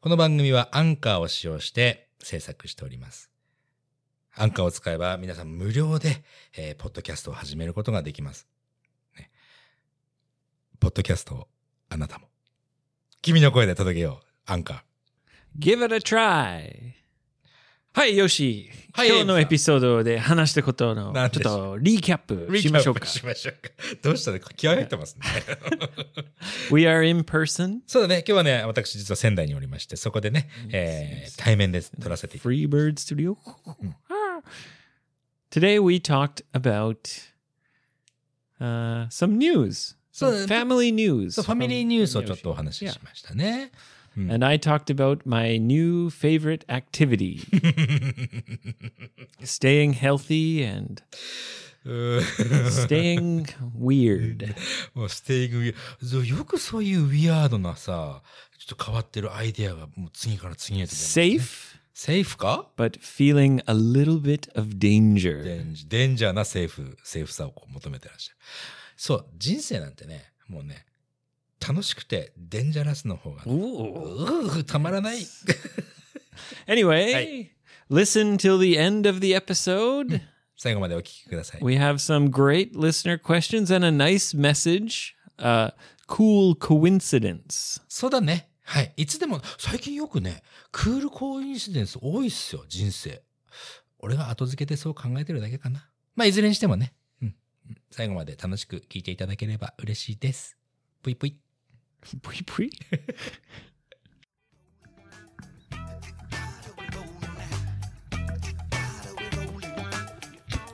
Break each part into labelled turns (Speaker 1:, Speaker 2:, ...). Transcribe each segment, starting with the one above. Speaker 1: この番組はアンカーを使用して制作しております。アンカーを使えば皆さん無料で、えーポッドキャストを始めることができます。ねポッドキャストをあなたも。君の声で届けよう、アンカー。
Speaker 2: Give it a try! はい、よし。
Speaker 1: はい
Speaker 2: 今日の
Speaker 1: エイブさん
Speaker 2: エピソードで話したことの
Speaker 1: 何で
Speaker 2: ち
Speaker 1: し
Speaker 2: ょっ
Speaker 1: ょう
Speaker 2: とリキャップしましょうか
Speaker 1: リ。キャップしましょうか。どうしたね気合入ってますね。
Speaker 2: We are in person.
Speaker 1: そうだね。今日はね、私実は仙台におりまして、そこでね、えー対面で撮らせていただ
Speaker 2: Freebird Studio. Ah. Today we talked about uh, some news.
Speaker 1: そうだ
Speaker 2: Some
Speaker 1: ね
Speaker 2: uh, family news. Hmm.
Speaker 1: そう、ファミリーニュースをちょっとお話ししましたね。
Speaker 2: from- And I talked about my new favorite activity. Staying healthy and
Speaker 1: うー
Speaker 2: staying weird.
Speaker 1: もうステイグそうよくそういうウィアードなさ、ちょっと変わってるアイデアがもう次から次へと出てますね。
Speaker 2: Safe.
Speaker 1: セーフか
Speaker 2: but feeling a little bit of danger.
Speaker 1: デンジデンジャーなセーフ、セーフさをこう求めてらっしゃる。そう、人生なんてね、もうね、楽しくてデンジャラスの方が、
Speaker 2: Ooh.
Speaker 1: うーたまらない。
Speaker 2: Anyway,
Speaker 1: Hey.
Speaker 2: listen till the end of the episode.
Speaker 1: 最後までお聞きください。
Speaker 2: we have some great listener questions and a nice message. Uh, cool coincidence.
Speaker 1: そうだね。はい。いつでも、最近よくね、クールコインシデンス多いっすよ、人生。俺が後付けでそう考えてるだけかな。まあ、いずれにしてもね、うん。最後まで楽しく聞いていただければ嬉しいです。ぷいぷい。
Speaker 2: Pui, pui.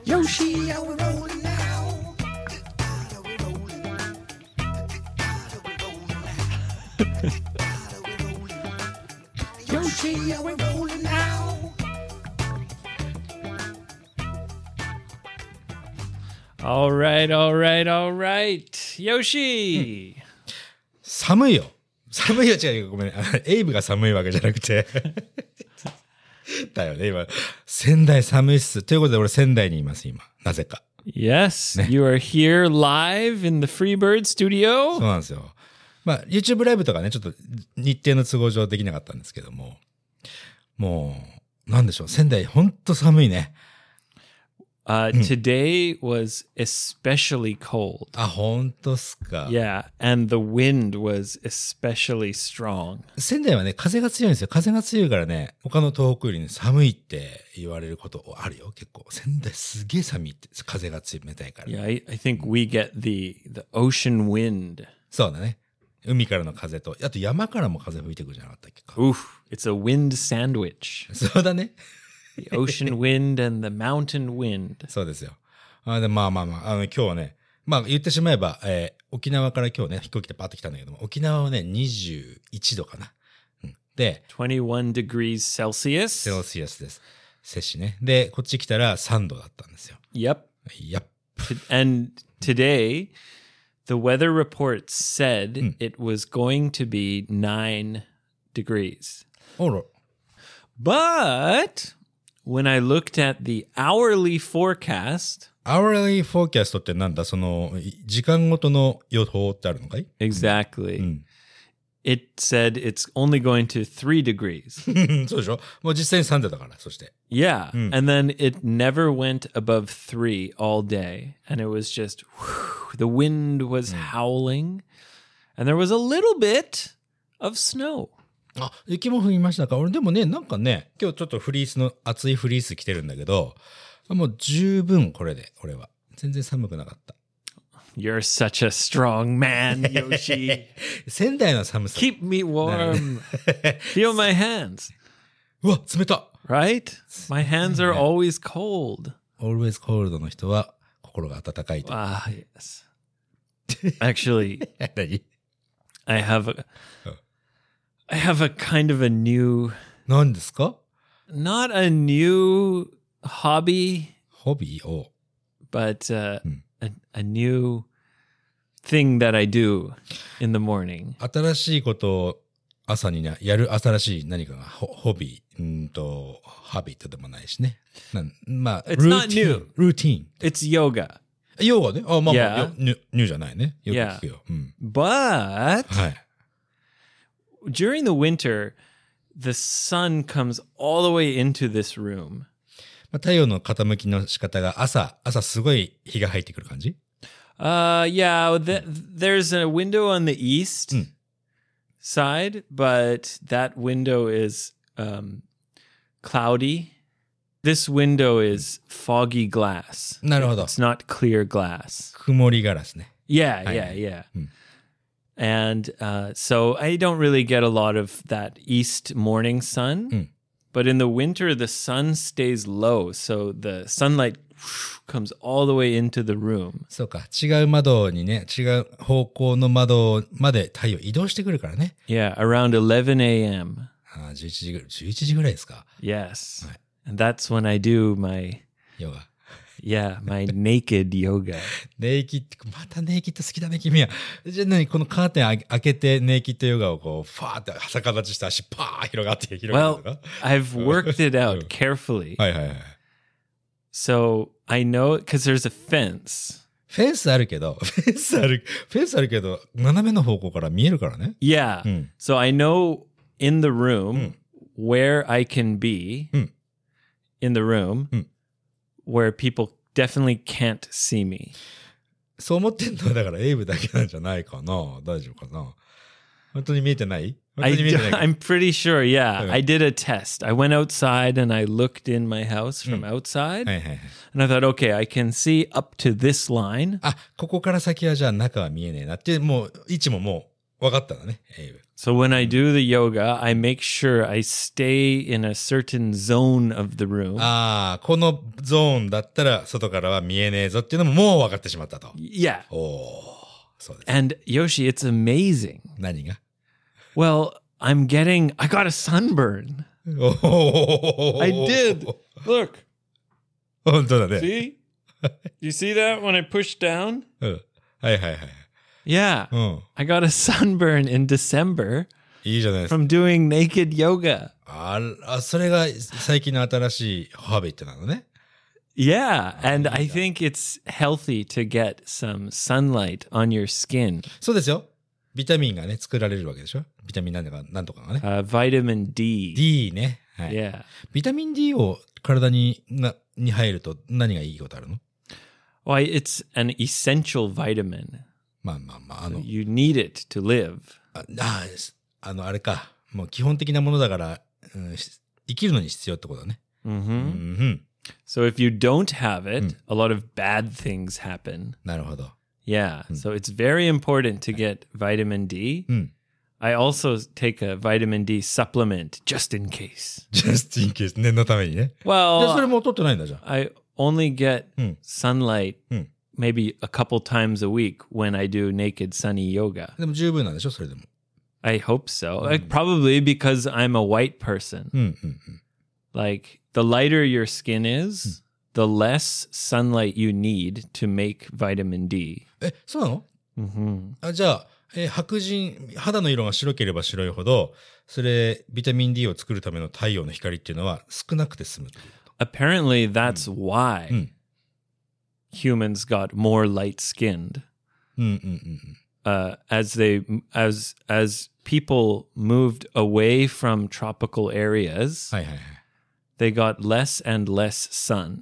Speaker 2: Yoshi, how we rolling now? Yoshi, how we rolling now? All right, all right, all right. Yoshi.
Speaker 1: 寒いよ。寒いよ、違うよ、ごめん。あエイブが寒いわけじゃなく て。だよね、今。仙台寒いっす。ということで、俺仙台にいます、今。なぜか。
Speaker 2: Yes, you are here live in the Freebird
Speaker 1: そう
Speaker 2: studio.
Speaker 1: なんですよ。まあ、YouTube ライブとかね、ちょっと日程の都合上できなかったんですけども、もう、なんでしょう、仙台ほんと寒いね。
Speaker 2: Uh, today was especially cold.
Speaker 1: あ、ほんとっすか。
Speaker 2: Yeah, and the wind was especially strong.
Speaker 1: 仙台はね、風が強いんですよ。風が強いからね、他の東北よりね、寒いって言われることあるよ、結構。仙台すげえ寒いって、風が冷たいから。
Speaker 2: Yeah, I, I think we get the the ocean wind.
Speaker 1: そうだね。海からの風と、あと山からも風吹いてくるじゃなかったっけか。
Speaker 2: Oof, it's a wind sandwich.
Speaker 1: そうだね。
Speaker 2: The ocean wind and the mountain wind.
Speaker 1: そうですよ。あでまあまあまあ、あの、今日はね、まあ言ってしまえば、えー沖縄から今日ね、飛行機でパッと来たんだけども、沖縄はね、21度かな。うん、で、
Speaker 2: 21 degrees Celsius.
Speaker 1: セロシアスです。摂氏ね。で、こっち来たら3度だったんですよ。
Speaker 2: Yep.
Speaker 1: いや、
Speaker 2: To- and today the weather report said it was going to be 9 degrees
Speaker 1: おろ。
Speaker 2: but when i looked at the hourly forecast
Speaker 1: hourly forecast ってなんだその、い時間ごとの予報ってあるのかい
Speaker 2: exactly
Speaker 1: Mm.
Speaker 2: it said it's only going to 3 degrees
Speaker 1: そうでしょもう実際に3度だから、そして。
Speaker 2: yeah and then it never went above 3 all day and it was just whew, the wind was howling and there was a little bit of snow
Speaker 1: あ、雪も降りましたか俺でもね、なんかね、今日ちょっとフリースの、厚いフリース着てるんだけど、もう十分これで、俺は。全然寒くなかった。
Speaker 2: You're such a strong man, Yoshi.
Speaker 1: 仙台の寒さ。
Speaker 2: Keep me warm. Feel my hands,
Speaker 1: うわ、冷た
Speaker 2: right? My hands are always cold.
Speaker 1: !Always cold の人は心が温かいと。
Speaker 2: Ah, yes. Actually,
Speaker 1: 何
Speaker 2: I have a I have a kind of a new
Speaker 1: 何ですか
Speaker 2: not a new hobby,
Speaker 1: ホビーを。
Speaker 2: but uh, a, a new thing that I do in the morning.
Speaker 1: 新しいことを朝にねやる新しい何かが、ホホビー、うーんと、ハビットでもないしね。なんまあ、
Speaker 2: It's
Speaker 1: ル
Speaker 2: not
Speaker 1: ーティン。ルーティン。
Speaker 2: It's yoga.
Speaker 1: 要はね、あ、まあまあ、
Speaker 2: Yeah.
Speaker 1: よニュニューじゃないね。よく聞くよ。うん。
Speaker 2: But
Speaker 1: はい。
Speaker 2: during the winter, the sun comes all the way into this room.
Speaker 1: まあ、太陽の傾きの仕方が朝、朝すごい日が入ってくる感じ
Speaker 2: Uh, yeah, th- there's a window on the east
Speaker 1: Mm.
Speaker 2: side, but that window is um, cloudy. This window is foggy glass.
Speaker 1: なるほど
Speaker 2: It's。not clear glass.
Speaker 1: 曇りガラスね。
Speaker 2: Yeah,
Speaker 1: I-
Speaker 2: yeah, yeah.
Speaker 1: Hmm.
Speaker 2: And uh, so I don't really get a lot of that east morning sun.
Speaker 1: Hmm.
Speaker 2: But in the winter, the sun stays low. So the sunlight comes all the way into the room.
Speaker 1: そうか。違う窓にね、違う方向の窓まで太陽移動してくるからね。
Speaker 2: Yeah, around 11 a.m.
Speaker 1: あー11時ぐらい、11時ぐらいですか
Speaker 2: Yes.
Speaker 1: Right.
Speaker 2: And that's when I do my,
Speaker 1: 要は。
Speaker 2: yeah, my naked yoga.
Speaker 1: ネイキッド、またネイキッド好きだね、君は。じゃあ何このカーテンあ開けてネイキッドヨガをこう、ファーって逆立ちした足パー広がって、広が
Speaker 2: Well,
Speaker 1: るとか。
Speaker 2: I've worked it out carefully.
Speaker 1: はいはいはい。
Speaker 2: So I know because there's a fence.
Speaker 1: フェンスあるけど、 フェンスある、フェンスあるけど、斜めの方向から見えるからね。
Speaker 2: Yeah.
Speaker 1: うん。
Speaker 2: So I know in the room
Speaker 1: Mm.
Speaker 2: where I can be
Speaker 1: Mm.
Speaker 2: in the room
Speaker 1: Mm.
Speaker 2: where people definitely can't see me.
Speaker 1: そう思ってんのは、だからエイブだけなんじゃないかな。大丈夫かな。本当に見えてない本
Speaker 2: I,
Speaker 1: 当に見えてないか
Speaker 2: am pretty sure. Yeah.
Speaker 1: Okay.
Speaker 2: I did a test. I went outside and I looked in my house from outside
Speaker 1: はいはいはい。
Speaker 2: and I thought, okay, I can see up to this line.
Speaker 1: あ、ここから先はじゃあ中は見えねえなって、もう、位置ももう分かったんだね、エイブ。
Speaker 2: So when I do the yoga, I make sure I stay in a certain zone of the room.
Speaker 1: Ah. ああ、このゾーンだったら外からは見えねえぞっていうのももう分かってしまったと。
Speaker 2: yeah.
Speaker 1: おお、そうです。
Speaker 2: And Yoshi, it's amazing.
Speaker 1: 何が
Speaker 2: Well, I'm getting, I got a sunburn.
Speaker 1: おお
Speaker 2: I did. Look,
Speaker 1: 本当だね。
Speaker 2: see? you see that when I push down?
Speaker 1: うん。はいはいはい。
Speaker 2: Yeah.
Speaker 1: うん。
Speaker 2: I got a sunburn in December
Speaker 1: いいじゃないですか。
Speaker 2: from doing naked yoga.
Speaker 1: あら、それが最近の新しいハーベイってなのね。
Speaker 2: Yeah. And I think it's healthy to get some sunlight on your skin.
Speaker 1: そうですよ。ビタミンがね、作られるわけでしょビタミンなんとか、なんとかがね。
Speaker 2: Uh, vitamin D.
Speaker 1: D ね。はい。
Speaker 2: Yeah.
Speaker 1: ビタミン D を体にがに入ると何がいいことあるの
Speaker 2: Why, it's an essential vitamin.
Speaker 1: まあまあまあ、あ
Speaker 2: So
Speaker 1: の、
Speaker 2: you need it to live.
Speaker 1: ああすあの、あれか。もう基本的なものだから、うんし生きるのに必要ってことだね。う
Speaker 2: hmm
Speaker 1: んうん。
Speaker 2: So if you don't have it,
Speaker 1: Mm.
Speaker 2: a lot of bad things happen.
Speaker 1: なるほど。
Speaker 2: Yeah.
Speaker 1: Mm.
Speaker 2: So it's very important to get vitamin D.
Speaker 1: Mm.
Speaker 2: I also take a vitamin D supplement just in case.
Speaker 1: just in case 念のためにね。じゃあそれ
Speaker 2: Well,
Speaker 1: もう取ってないんだじゃん。
Speaker 2: I only get
Speaker 1: Mm.
Speaker 2: sunlight
Speaker 1: Mm.
Speaker 2: maybe a couple times a week when I do naked sunny yoga.
Speaker 1: でも十分なんでしょそれでも。
Speaker 2: I hope so. Like,
Speaker 1: Mm.
Speaker 2: probably because I'm a white person.
Speaker 1: うんうんうん。
Speaker 2: Like, the lighter your skin is, the less sunlight you need to make vitamin D.
Speaker 1: え、そうなの
Speaker 2: hmm
Speaker 1: あじゃあ、えー白人、肌の色が白ければ白いほど、それ、ビタミン D を作るための太陽の光っていうのは少なくて済むと。
Speaker 2: Apparently, that's why
Speaker 1: Mm.
Speaker 2: humans got more light skinned
Speaker 1: うんうんうん。
Speaker 2: uh, as they as as people moved away from tropical areas.
Speaker 1: はいはいはい。
Speaker 2: They got less and less sun.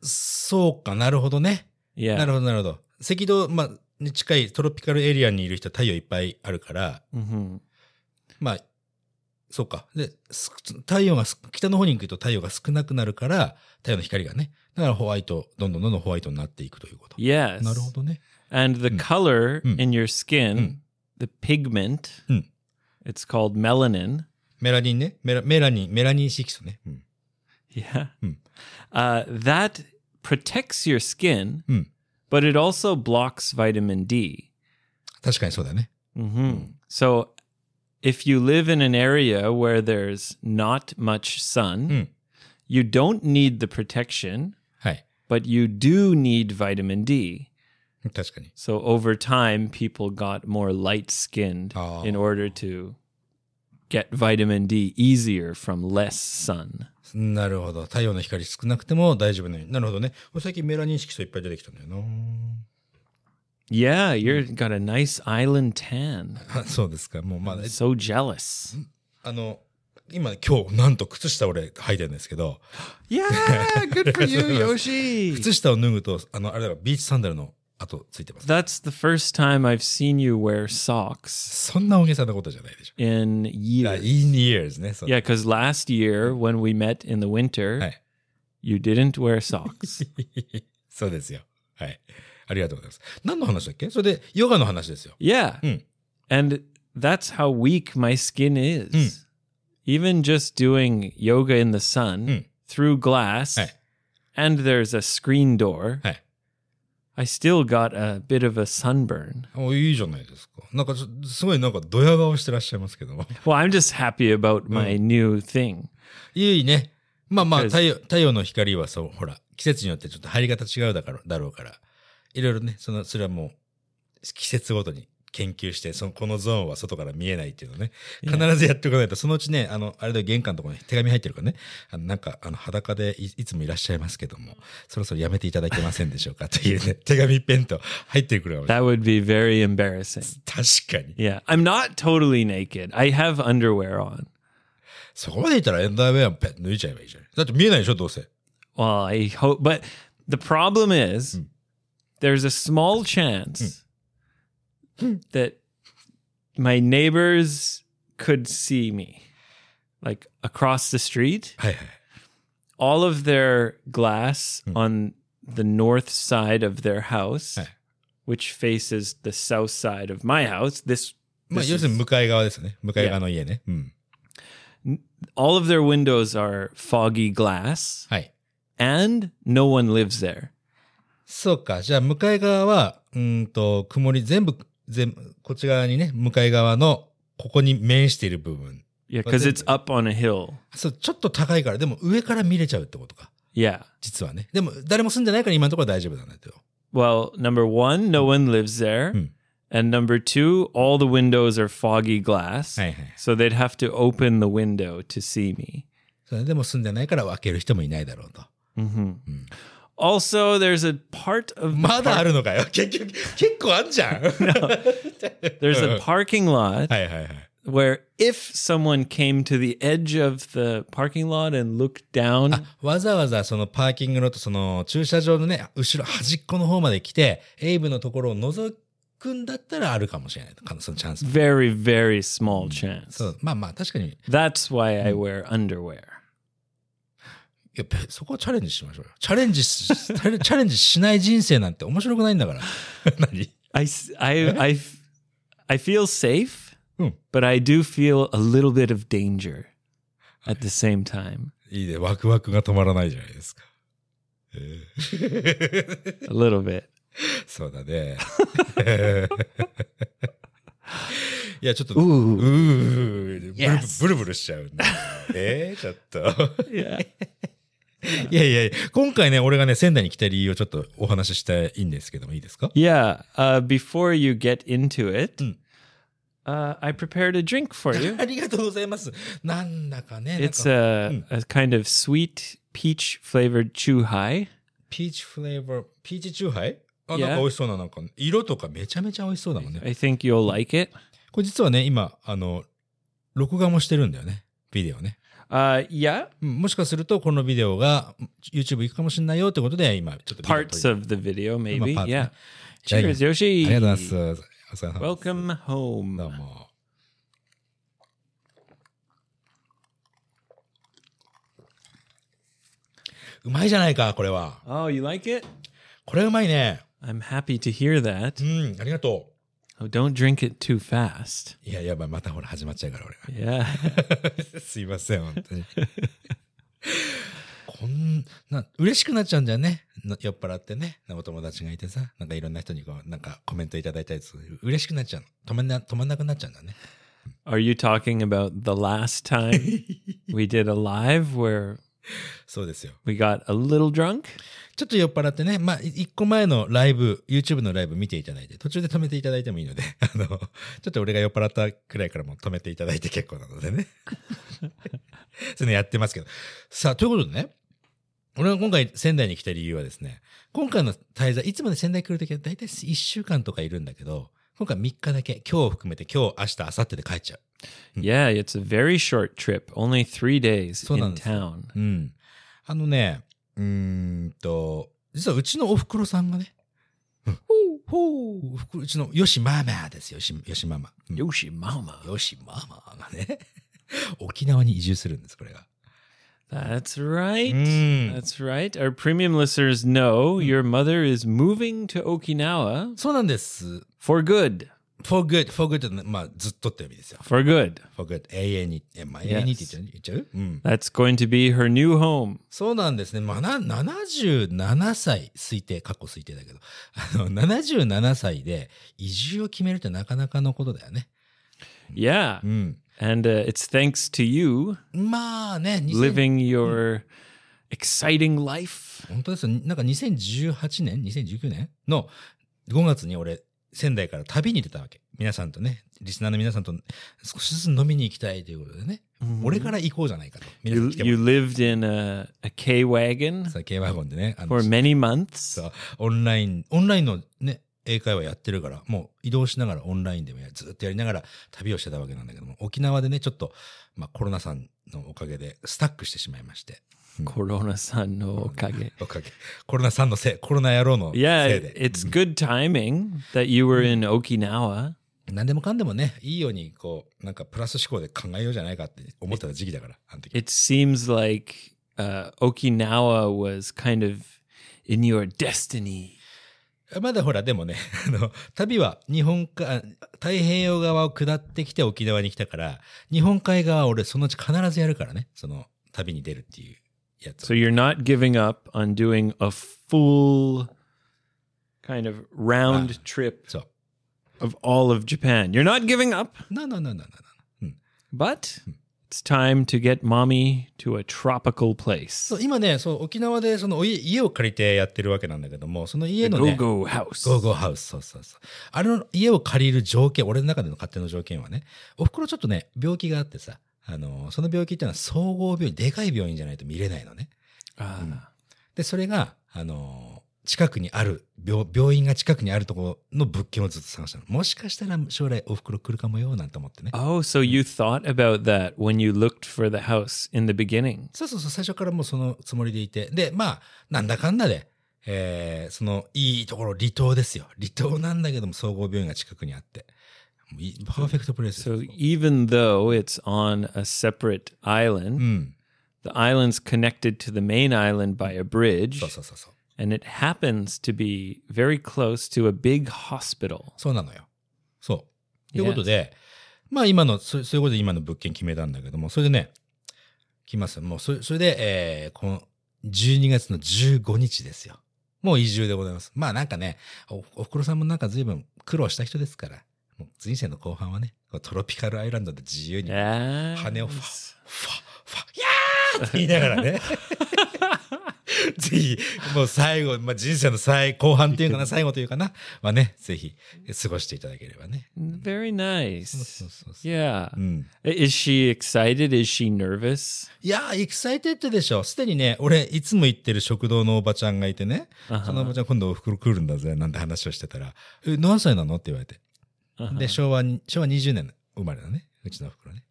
Speaker 1: そうかなるほどね。な
Speaker 2: Yeah.
Speaker 1: るほどなるほど。赤道、まあ、に近いトロピカルエリアにいる人は太陽いっぱいあるから、
Speaker 2: hmm
Speaker 1: まあ、そうか。で、す太陽がす、北の方に行くと太陽が少なくなるから、太陽の光がね。だからホワイト、どんどんどんどんホワイトになっていくということ。
Speaker 2: Yes.
Speaker 1: なるほどね。
Speaker 2: And the
Speaker 1: Mm.
Speaker 2: color
Speaker 1: Mm.
Speaker 2: in your skin,
Speaker 1: Mm.
Speaker 2: the pigment,
Speaker 1: Mm.
Speaker 2: it's called melanin.
Speaker 1: メラニンね。メラメラニン、メラニン色素ね。うん。
Speaker 2: Yeah.
Speaker 1: Mm.
Speaker 2: Uh, that protects your skin,
Speaker 1: Mm.
Speaker 2: but it also blocks vitamin D.
Speaker 1: 確かにそうだね。
Speaker 2: hmm So, if you live in an area where there's not much sun,
Speaker 1: Mm.
Speaker 2: you don't need the protection,
Speaker 1: はい。
Speaker 2: but you do need vitamin D.
Speaker 1: 確かに。
Speaker 2: So, over time, people got more light skinned
Speaker 1: Oh.
Speaker 2: in order to get vitamin D easier from less sun.
Speaker 1: なるほど。太陽の光少なくても大丈夫なように。なるほどね。俺最近メラニン色素いっぱい出てきたんだよな。
Speaker 2: Yeah, you're got a nice island tan.
Speaker 1: あそうですか。もうまだ、
Speaker 2: So jealous.
Speaker 1: あの、今、今日、なんと靴下俺履いてるんですけど、
Speaker 2: Yeah, good for you, Yoshi.
Speaker 1: 靴下を脱ぐと、あの、あれだからビーチサンダルの跡ついてます。
Speaker 2: That's the first time I've seen you wear socks
Speaker 1: そんな大げさなことじゃないでしょ。
Speaker 2: in
Speaker 1: いや、
Speaker 2: years.
Speaker 1: いい years ね。そう
Speaker 2: Yeah, because last year when we met in the winter,
Speaker 1: Hey.
Speaker 2: you didn't wear socks.
Speaker 1: そうですよ。はい。ありがとうございます。何の話だっけそれで、ヨガの話ですよ。
Speaker 2: yeah.
Speaker 1: Hmm.
Speaker 2: And that's how weak my skin is.
Speaker 1: Hmm.
Speaker 2: Even just doing yoga in the sun
Speaker 1: Hmm.
Speaker 2: through glass,
Speaker 1: Hey.
Speaker 2: and there's a screen door,
Speaker 1: Hey.
Speaker 2: I still got a bit of a sunburn.
Speaker 1: おいいじゃないですか。なんかす、すごいなんか、ドヤ顔してらっしゃいますけども。
Speaker 2: Well, I'm just happy about
Speaker 1: Hmm.
Speaker 2: my new thing.
Speaker 1: いいね。まあまあ、
Speaker 2: Because-
Speaker 1: 太陽、太陽の光はそう、ほら、季節によってちょっと入り方違うだから、だろうから、いろいろね、その、それはもう、季節ごとに研究して、その、このゾーンは外から見えないっていうのね、必ずやっておかないと、そのうちね、あの、あれだよ玄関のところに手紙入ってるからね、あの、なんか、あの、裸でいいつもいらっしゃいますけども、そろそろやめていただけませんでしょうか、という ね、手紙ペンと入ってくるかもしれない
Speaker 2: That would be very embarrassing.
Speaker 1: 確かに。
Speaker 2: Yeah. I'm not totally naked. I have underwear on.
Speaker 1: そこまでいったらエンダーウェアペン抜いちゃえばいいじゃん。だって見えないでしょ、どうせ。
Speaker 2: Well, I hope, but the problem is
Speaker 1: Hmm.
Speaker 2: there's a small chance
Speaker 1: Hmm.
Speaker 2: that my neighbors could see me. Like across the street,
Speaker 1: はいはい。
Speaker 2: all of their glass
Speaker 1: Hmm.
Speaker 2: on the north side of their house,
Speaker 1: Hey.
Speaker 2: which faces the south side of my house, this
Speaker 1: まあ、
Speaker 2: This
Speaker 1: 要するに向かい側ですね。向かい側の家ね。うん。
Speaker 2: all of their windows are foggy glass
Speaker 1: はい。
Speaker 2: and no one lives there.
Speaker 1: そうか。じゃあ、向かい側は、うーんと、曇り、全部、全部、こっち側にね、向かい側の、ここに面している部分。
Speaker 2: Yeah,
Speaker 1: But
Speaker 2: because
Speaker 1: then-
Speaker 2: it's up on a hill.
Speaker 1: そう、ちょっと高いから、でも上から見れちゃうってことか。
Speaker 2: Yeah.
Speaker 1: 実はね。でも、誰も住んでないから今のところ大丈夫なんだけど。
Speaker 2: Well, number one, no one lives there.
Speaker 1: Hmm.
Speaker 2: And number two, all the windows are foggy glass.
Speaker 1: はいはい。
Speaker 2: So they'd have to open the window to see me.
Speaker 1: それでも住んでないから開ける人もいないだろうと。
Speaker 2: hmm Also, there's a part of the
Speaker 1: まだあ
Speaker 2: park-
Speaker 1: るのかよ。結局、結構あんじゃ ん。
Speaker 2: there's a parking lot
Speaker 1: はいはいはい。
Speaker 2: where if someone came to the edge of the parking lot and looked down,
Speaker 1: わざわざそのパーキングのとその駐車場のね、後ろ端っこの方まで来て、エイブのところを覗くんだったらあるかもしれないと。かそのチャンス。
Speaker 2: very very small chance.
Speaker 1: そう。まあまあ、確かに、い
Speaker 2: That's why I wear underwear.
Speaker 1: やべそこはチャレンジしましょうよ。チャレンジし、チャレチャレンジしない人生なんて面白くないんだから。 何
Speaker 2: I s- I- I f- I feel safe,
Speaker 1: Hmm.
Speaker 2: but I do feel a little bit of danger at the same time.
Speaker 1: いいね。ワクワクが止まらないじゃないですか。えー
Speaker 2: A little bit.
Speaker 1: そうだね。 いや、ちょっと、うー、
Speaker 2: Ooh. Yes.
Speaker 1: ブルブルブルしちゃうんだよね。 えー、ちょっと。
Speaker 2: Yeah.
Speaker 1: いやいやいや今回ね、俺がね、仙台に来た理由をちょっとお話ししたいんですけども、いいですか
Speaker 2: Yeah. Uh, before you get into it,
Speaker 1: Mm.
Speaker 2: uh, I prepared a drink for you.
Speaker 1: ありがとうございます。なんだかね、なん
Speaker 2: It's
Speaker 1: か
Speaker 2: a, a kind of sweet peach flavored chu hai.
Speaker 1: ピーチフレーバー、ピーチチューハイあ、
Speaker 2: Yeah.
Speaker 1: なんか美味しそうな、なんか、色とかめちゃめちゃ美味しそうだもんね。
Speaker 2: I think you'll like it.
Speaker 1: これ実はね、今、あの、録画もしてるんだよね、ビデオね。
Speaker 2: Uh, yeah.
Speaker 1: うんもしかすると、このビデオが YouTube 行くかもしれないよってことで、今、ちょっとビデオ撮り
Speaker 2: Parts of the video, maybe.
Speaker 1: part,
Speaker 2: Yeah.
Speaker 1: yeah.
Speaker 2: Cheers, Yoshi.
Speaker 1: ありがとうございます。お疲れ様です
Speaker 2: Welcome home.
Speaker 1: どうも。うまいじゃないか、これは。
Speaker 2: Oh, you like it?
Speaker 1: これうまいね。
Speaker 2: I'm happy to hear that.
Speaker 1: うん、ありがと
Speaker 2: Oh, don't drink it too fast.
Speaker 1: う。いや、やばい、またほら始まっちゃうから、俺
Speaker 2: Yeah.
Speaker 1: が。 すいません、本当に。 こんな、嬉しくなっちゃうんだよね。な酔っ払ってね、なお友達がいてさ、なんかいろんな人にこう、なんかコメントいただいたりする。嬉しくなっちゃうの。止まんな、止まんなくなっちゃうんだね。
Speaker 2: Are you talking about the last time we did a live where
Speaker 1: そうですよ。
Speaker 2: we got a little drunk?
Speaker 1: ちょっと酔っ払ってね、まあ、い一個前のライブ、YouTube のライブ見ていただいて、途中で止めていただいてもいいので、 あの、ちょっと俺が酔っ払ったくらいからもう止めていただいて結構なのでね。 そういうのやってますけど。さあ、ということでね、俺が今回仙台に来た理由はですね、今回の滞在、いつもね仙台来るときは大体1週間とかいるんだけど、今回3日だけ、今日を含めて今日、明日、明後日で帰っちゃう。
Speaker 2: Yeah, it's a very short trip, only three days
Speaker 1: So
Speaker 2: in
Speaker 1: なんですよ。
Speaker 2: town.
Speaker 1: うん。あのね、うーんと、実はうちのおふくろさんがね、ほうほうおふくろうちのよしママですよ、よしよしママ。うん
Speaker 2: Yoshimama.
Speaker 1: よしママがね、 沖縄に移住するんです、これが。
Speaker 2: That's right.
Speaker 1: Mm.
Speaker 2: That's right. Our premium listeners know your mother is moving to Okinawa
Speaker 1: そうなんです。
Speaker 2: for good.
Speaker 1: for good, for good って、まあ、ずっとって意味ですよ。
Speaker 2: For good.
Speaker 1: for good, 永遠に。え、まあ、永
Speaker 2: Yes.
Speaker 1: 遠にって言っちゃう言っちゃううん。
Speaker 2: That's going to be her new home.
Speaker 1: そうなんですね。まあ、な77歳、推定、過去推定だけど、あの、77歳で移住を決めるってなかなかのことだよね。
Speaker 2: Yeah.
Speaker 1: うん。
Speaker 2: And uh, it's thanks to you
Speaker 1: まあね、2000
Speaker 2: living your exciting life.
Speaker 1: 本当ですよ。なんか2018年 ?2019 年の5月に俺、仙台から旅に出たわけ。皆さんとね、リスナーの皆さんと少しずつ飲みに行きたいということでね。俺から行こうじゃないかと。皆さ
Speaker 2: Mm-hmm. You,
Speaker 1: ん来てもら
Speaker 2: you lived in a, a K Wagon
Speaker 1: ってさ、軽ワゴンでね、あ
Speaker 2: for
Speaker 1: の、
Speaker 2: many months.
Speaker 1: さ、オンライン、オンラインのね、英会話やってるから、もう移動しながらオンラインでもやずっとやりながら旅をしてたわけなんだけども、沖縄でね、ちょっと、まあコロナさんのおかげでスタックしてしまいまして。
Speaker 2: Corona san no okage.
Speaker 1: おかげ。コロナさんのせい、コロナ野郎のせい
Speaker 2: Yeah,
Speaker 1: で。
Speaker 2: it's good timing that you were in Okinawa.
Speaker 1: 何でもかんでもね、いいように、こう、なんかプラス思考で考えようじゃないかって思ってた時期だから、あの時。
Speaker 2: It seems like uh, Okinawa was kind of in your destiny.
Speaker 1: まだほら、でもね、 あの、旅は日本か、あ太平洋側を下ってきて沖縄に来たから、日本海側は俺そのうち必ずやるからね、その旅に出るっていうやつを。
Speaker 2: So you're not giving up on doing a full kind of round trip
Speaker 1: そう。
Speaker 2: of all of Japan. You're not giving up,
Speaker 1: なななななな。
Speaker 2: but it's time to get mommy to a tropical place.
Speaker 1: そう、今ね、そう、沖縄でそのお家家を借りてやってるわけなんだけども、その家の
Speaker 2: Go
Speaker 1: ね、
Speaker 2: Go House.
Speaker 1: ゴーゴーハウス、そうそうそう。あの家を借りる条件、俺の中での勝手の条件はね、お袋ちょっとね、病気があってさ、あの、その病気っていうのは総合病院、でかい病院じゃないと見れないのね。
Speaker 2: Ah.
Speaker 1: で、それが、あの、近くにある、病、病院が近くにあるところの物件をずっと探したの。もしかしたら将来お袋来るかもよ、なんて思ってね。
Speaker 2: Oh, so you thought about that when you looked for the house in the beginning.
Speaker 1: そうそうそう、最初からもうそのつもりでいて。で、まあ、なんだかんだで、えー、その、いいところ、離島ですよ。離島なんだけども、総合病院が近くにあって。もういいパーフェクトプレイスです
Speaker 2: So even though it's on a separate
Speaker 1: う
Speaker 2: island,
Speaker 1: ん。
Speaker 2: the island's connected to the main island by a bridge,
Speaker 1: そうそうそうそう。
Speaker 2: and it happens to be very close to a big hospital.
Speaker 1: そうなのよ。そう。と
Speaker 2: Yes.
Speaker 1: いうことで、まあ今の、そそういうことで今の物件決めたんだけども、それでね、来ますよ。もうそれ、それで、えーこの、12月の15日ですよ。もう移住でございます。まあなんかね、お、おふくろさんもなんか随分苦労した人ですから、もう人生の後半はね、こうトロピカルアイランドで自由に、ファ、
Speaker 2: Yes.
Speaker 1: ファ、いやーって言いながらね。ぜひ、もう最後、まあ人生の最、後半っていうかな、最後というかな、まあね、ぜひ、過ごしていただければね。
Speaker 2: Very
Speaker 1: そうそう
Speaker 2: nice.
Speaker 1: そうそう
Speaker 2: Yeah.
Speaker 1: うん、
Speaker 2: I- Is she excited? Is she nervous?
Speaker 1: いやー、エキサイテッドでしょ。すでにね、俺、いつも行ってる食堂のおばちゃんがいてね、そのおばちゃん今度お袋来るんだぜ、なんて話をしてたら、え、何歳なのって言われて。
Speaker 2: Uh-huh.
Speaker 1: で、昭和に、昭和20年生まれだね。うちのお袋ね。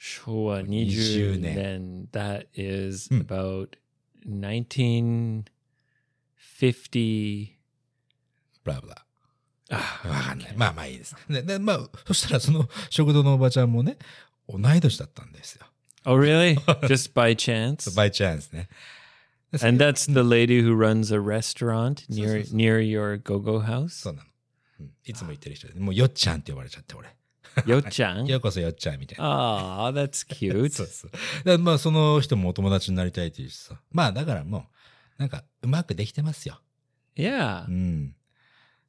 Speaker 2: Showa
Speaker 1: 20
Speaker 2: 20
Speaker 1: 年。
Speaker 2: nen. That is
Speaker 1: Hmm.
Speaker 2: about 1950.
Speaker 1: ブラブラ。
Speaker 2: Ah,
Speaker 1: わかんない。まあまあいいです。で、でまあ、そしたらその食堂のおばちゃんもね、同い年だったんですよ。
Speaker 2: Oh, really? Just by chance?
Speaker 1: バイチャンスね。で
Speaker 2: and that's the lady who runs a restaurant
Speaker 1: So,
Speaker 2: near
Speaker 1: so, so.
Speaker 2: near your go-go house.
Speaker 1: そうなの。うんいつも行ってる人で、もうよっちゃんって呼ばれちゃって、俺。よ
Speaker 2: Yo-chan.
Speaker 1: うこそよっちゃんみたいな。
Speaker 2: Ah, that's cute.
Speaker 1: そうそう。だからまあ、その人もお友達になりたいっていうしさ。まあ、だからもう、なんか、うまくできてますよ。
Speaker 2: Yeah.
Speaker 1: うん。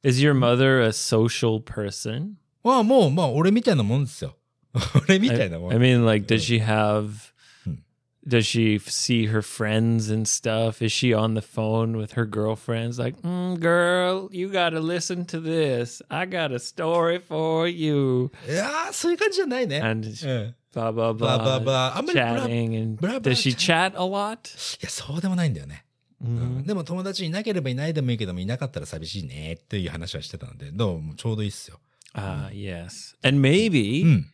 Speaker 2: Is your mother a social person?
Speaker 1: まあ、もう、まあ、俺みたいなもんですよ。 俺み
Speaker 2: I,
Speaker 1: たいなもん。
Speaker 2: I mean, like, does she have?
Speaker 1: Hmm.
Speaker 2: Does she f- see her friends and stuff? Is she on the phone with her girlfriends? Like, mm, girl, you got to listen to this. I got a story for you.
Speaker 1: いやー、そういう感じじゃないね。
Speaker 2: And
Speaker 1: うん。い
Speaker 2: blah blah blah
Speaker 1: Eh, Blah, blah, blah. I'm gonna blah-
Speaker 2: chatting and
Speaker 1: blah, blah,
Speaker 2: does she chat a lot?
Speaker 1: や、そうでもないんだよね。うん
Speaker 2: Mhm.
Speaker 1: でも友達いなければいないでもいいけども、いなかったら寂しいねっていう話はしてたので、どうもちょうどいいっすよ。
Speaker 2: Ah,
Speaker 1: hmm.
Speaker 2: yes. And maybe
Speaker 1: うん。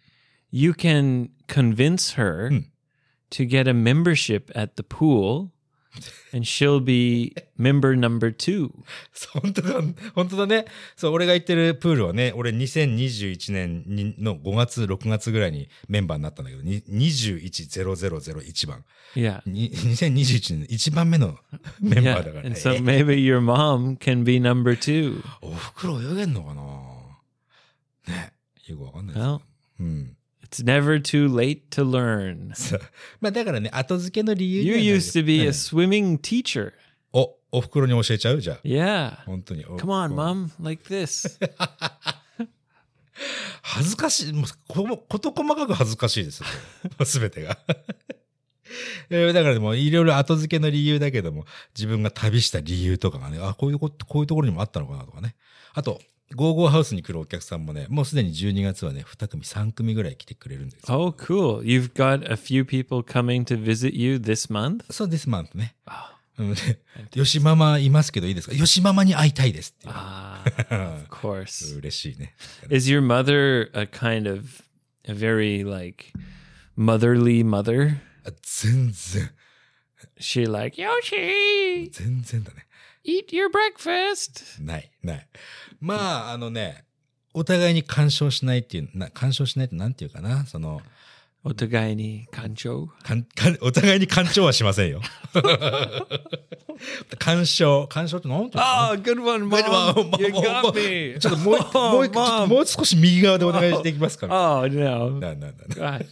Speaker 2: you can convince her
Speaker 1: Hmm.
Speaker 2: to get a membership at the pool and she'll be member number two.
Speaker 1: そう本当だ、本当だね。そう、俺が行ってるプールはね、俺2021年にの5月、6月ぐらいにメンバーになったんだけど、に2100001番。
Speaker 2: Yeah.
Speaker 1: に2021年1番目のメンバ
Speaker 2: Yeah.
Speaker 1: ーだからね
Speaker 2: And。so maybe your mom can be number two.
Speaker 1: お袋泳げんのかなね。よくわかんないです
Speaker 2: Well,
Speaker 1: うん。
Speaker 2: it's never too late to learn.
Speaker 1: そうまあだからね、後付けの理由に
Speaker 2: You
Speaker 1: はなるよ
Speaker 2: used to be
Speaker 1: う
Speaker 2: a
Speaker 1: ん
Speaker 2: swimming teacher.
Speaker 1: お、お袋に教えちゃうじゃあ。
Speaker 2: Yeah.
Speaker 1: 本当に。お
Speaker 2: Come on, mom, like this.
Speaker 1: 恥ずかしい、もうこもこと細かく恥ずかしい です。すべてが。 えーだからもういろいろ後付けの理由だけども、自分が旅した理由とかがね、あ、こういうこと、こういうところにもあったのかなとかね。あと、ゴーゴーハウスに来るお客さんもね、もうすでに12月はね、2組、3組ぐらい来てくれるんですよ。
Speaker 2: Oh, cool. You've got a few people coming to visit you this month.
Speaker 1: そうです、マンとね。
Speaker 2: Oh,
Speaker 1: うんでよしママいますけどいいですかよしママに会いたいですっていう
Speaker 2: ah,
Speaker 1: うん。
Speaker 2: of course.
Speaker 1: 嬉しいね。
Speaker 2: Is your mother a kind of a very like motherly mother?
Speaker 1: あ全然、
Speaker 2: She like Yoshi,
Speaker 1: 全然だね。
Speaker 2: eat your breakfast.
Speaker 1: ない、ない。まあ、あのね、お互いに干渉しないっていう、な干渉しないってなんていうかな、その、
Speaker 2: Otagai ni kancho.
Speaker 1: かんかんお互いに干渉はしませんよ。 干渉、干渉ってなんていうのか
Speaker 2: Oh, good one,
Speaker 1: Good
Speaker 2: mom.
Speaker 1: one, Mom.
Speaker 2: You
Speaker 1: Mom.
Speaker 2: got me. Oh,
Speaker 1: なちょっと もう一、もう一、ちょっと
Speaker 2: mom.
Speaker 1: もう少し右側でお願いできますか
Speaker 2: Oh no,
Speaker 1: なななな
Speaker 2: gosh,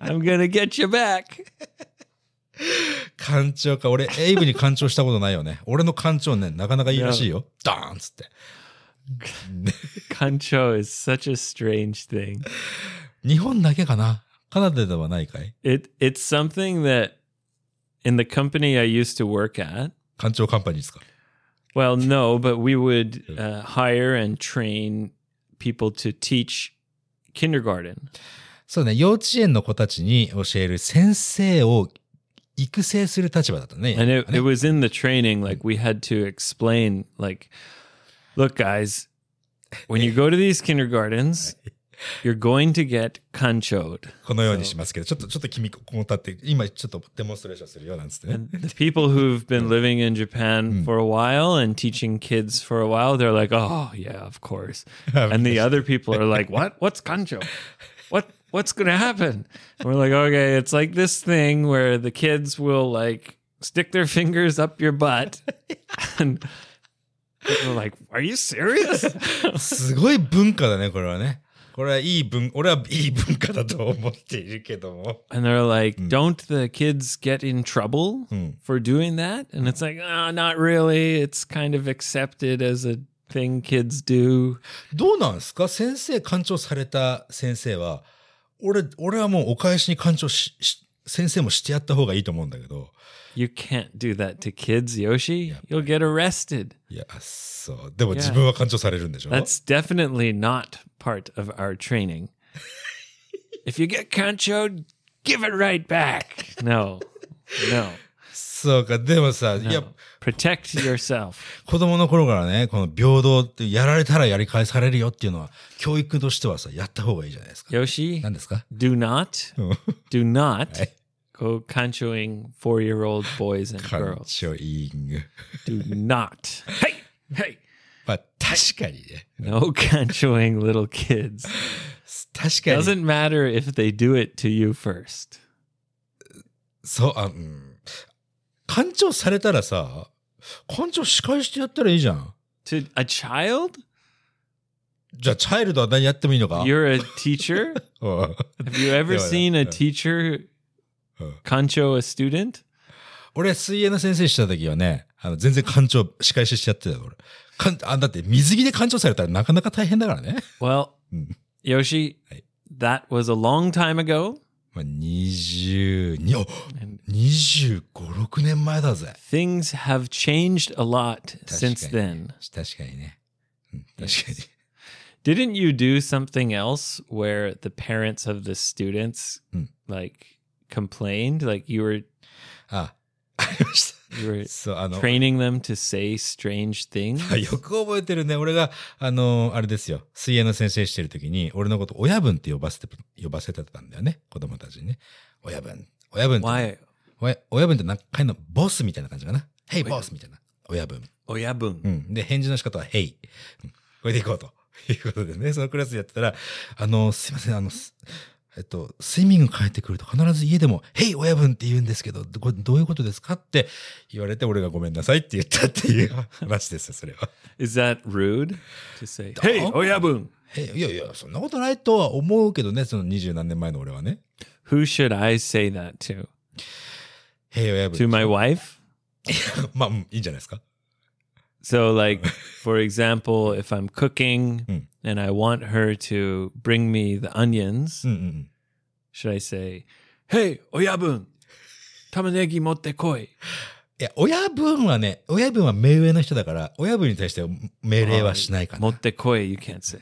Speaker 2: I'm gonna get you back.
Speaker 1: 干潮か。俺、エイブに干潮したことないよね。俺の干潮ね、なかなかいいらしいよ。ダーンっつっ て。
Speaker 2: Kancho is such a strange thing.
Speaker 1: 日本だけかなカナダではないかい
Speaker 2: It it's something that in the company I used to work at.
Speaker 1: 干潮カンパニーですか
Speaker 2: Well, no, but we would
Speaker 1: Yeah.
Speaker 2: uh, hire and train people to teach kindergarten.
Speaker 1: そうね、幼稚園の子たちに教える先生を育成する立場だったね。
Speaker 2: And it,
Speaker 1: ね
Speaker 2: it was in the training, like, we had to explain, like, look, guys, when you go to these kindergartens, you're going to get kanchoed.
Speaker 1: このようにしますけど、ちょっと、ちょっと君、ここ立って、今ちょっとデモンストレーションするよ、なんつってね。
Speaker 2: And the people who've been living in Japan for a while and teaching kids for a while, they're like, oh, yeah, of course. And the other people are like, what? What's kancho? What? What's going to happen? And we're like, okay, it's like this thing where the kids will like stick their fingers up your butt. And people are like, are you serious?
Speaker 1: すごい文化だね、これはね。これはいい文、俺はいい文化だと思っているけども。
Speaker 2: And they're like, don't the kids get in trouble
Speaker 1: Mm.
Speaker 2: for doing that? And it's like, ah, not really. It's kind of accepted as a thing kids do.
Speaker 1: どうなんですか先生、干潮された先生は、俺、俺はもうお返しに干潮し、し先生もしてやった方がいいと思うんだけど。
Speaker 2: You can't do that to kids, Yoshi. You'll get arrested.
Speaker 1: いや、そう。でも自分は干潮されるんでしょ
Speaker 2: That's definitely not part of our training. if you get conchoed, give it right back. No, no.
Speaker 1: そうか。でもさ、いや、
Speaker 2: Protect yourself.
Speaker 1: 子供の頃からね、この平等ってやられたらやり返されるよっていうのは、教育としてはさ、やった方がいいじゃないですか。
Speaker 2: Yoshi,
Speaker 1: 何ですか
Speaker 2: do not, do not
Speaker 1: Right.
Speaker 2: go conchoing four year old boys and
Speaker 1: カン
Speaker 2: girls.
Speaker 1: チョイング。
Speaker 2: Do not. Hey, hey.
Speaker 1: まあ、確かにね。
Speaker 2: No conchoing little kids.
Speaker 1: 確かに。
Speaker 2: Doesn't matter if they do it to you first.
Speaker 1: そう、あ、うん。干潮されたらさ、干潮仕返してやったらいいじゃん。
Speaker 2: To a child?
Speaker 1: じゃあ、チャイルドは何やってもいいのか
Speaker 2: You're a teacher?
Speaker 1: うん
Speaker 2: Have you ever
Speaker 1: Yeah,
Speaker 2: seen
Speaker 1: yeah,
Speaker 2: a
Speaker 1: yeah.
Speaker 2: teacher
Speaker 1: Uh.
Speaker 2: concho a student?
Speaker 1: 俺、水泳の先生してた時はね、あの、全然干潮仕返ししちゃってたよ、俺。かんあだって水着で干潮されたらなかなか大変だからね。
Speaker 2: Well,
Speaker 1: Mm.
Speaker 2: Yoshi,
Speaker 1: Hey.
Speaker 2: that was a long time ago.
Speaker 1: まあ、22、お
Speaker 2: And
Speaker 1: 25、6年前だぜ。
Speaker 2: things have changed a lot since
Speaker 1: guy.
Speaker 2: then.
Speaker 1: 確かにね。うん確かに。
Speaker 2: Didn't you do something else where the parents of the students
Speaker 1: Mm.
Speaker 2: like complained? Like you were
Speaker 1: あ、ありました。
Speaker 2: You were
Speaker 1: そう、あの、
Speaker 2: training them to say strange things.
Speaker 1: よく覚えてるね。俺が、あの、あれですよ。水泳の先生してる時に、俺のこと親分って呼ばせて、呼ばせてたんだよね。子供たちにね。親分。親分って。
Speaker 2: Why?
Speaker 1: 親親分って何回のボスみたいな感じかな。Hey, ボスみたいな。親分。う
Speaker 2: Oh, Oyabun.
Speaker 1: ん。で、返事の仕方は、Hey。うんこれでいこうと。 いうことでね、そのクラスやってたら、あの、すいません、あの、すえっと、スイミング帰ってくると必ず家でも、Hey, 親分って言うんですけど、これどういうことですかって言われて、俺がごめんなさいって言ったっていう話ですよ、それは。
Speaker 2: Is that rude to say? Oh, Hey, Oyabun.
Speaker 1: えいやいや、そんなことないとは思うけどね、その二十何年前の俺はね。
Speaker 2: Who should I say that to?
Speaker 1: へい親分。
Speaker 2: To my wife?
Speaker 1: まあ、うんいいんじゃないですか。
Speaker 2: So, like, for example, if I'm cooking
Speaker 1: Mm.
Speaker 2: and I want her to bring me the onions,
Speaker 1: うんうんうん。
Speaker 2: should I say, "Hey, oyabun, tamanegi motte koi"?
Speaker 1: いや、親分はね、親分は目上の人だから、親分に対して命令はしないかな。
Speaker 2: Motte koi, you can't say.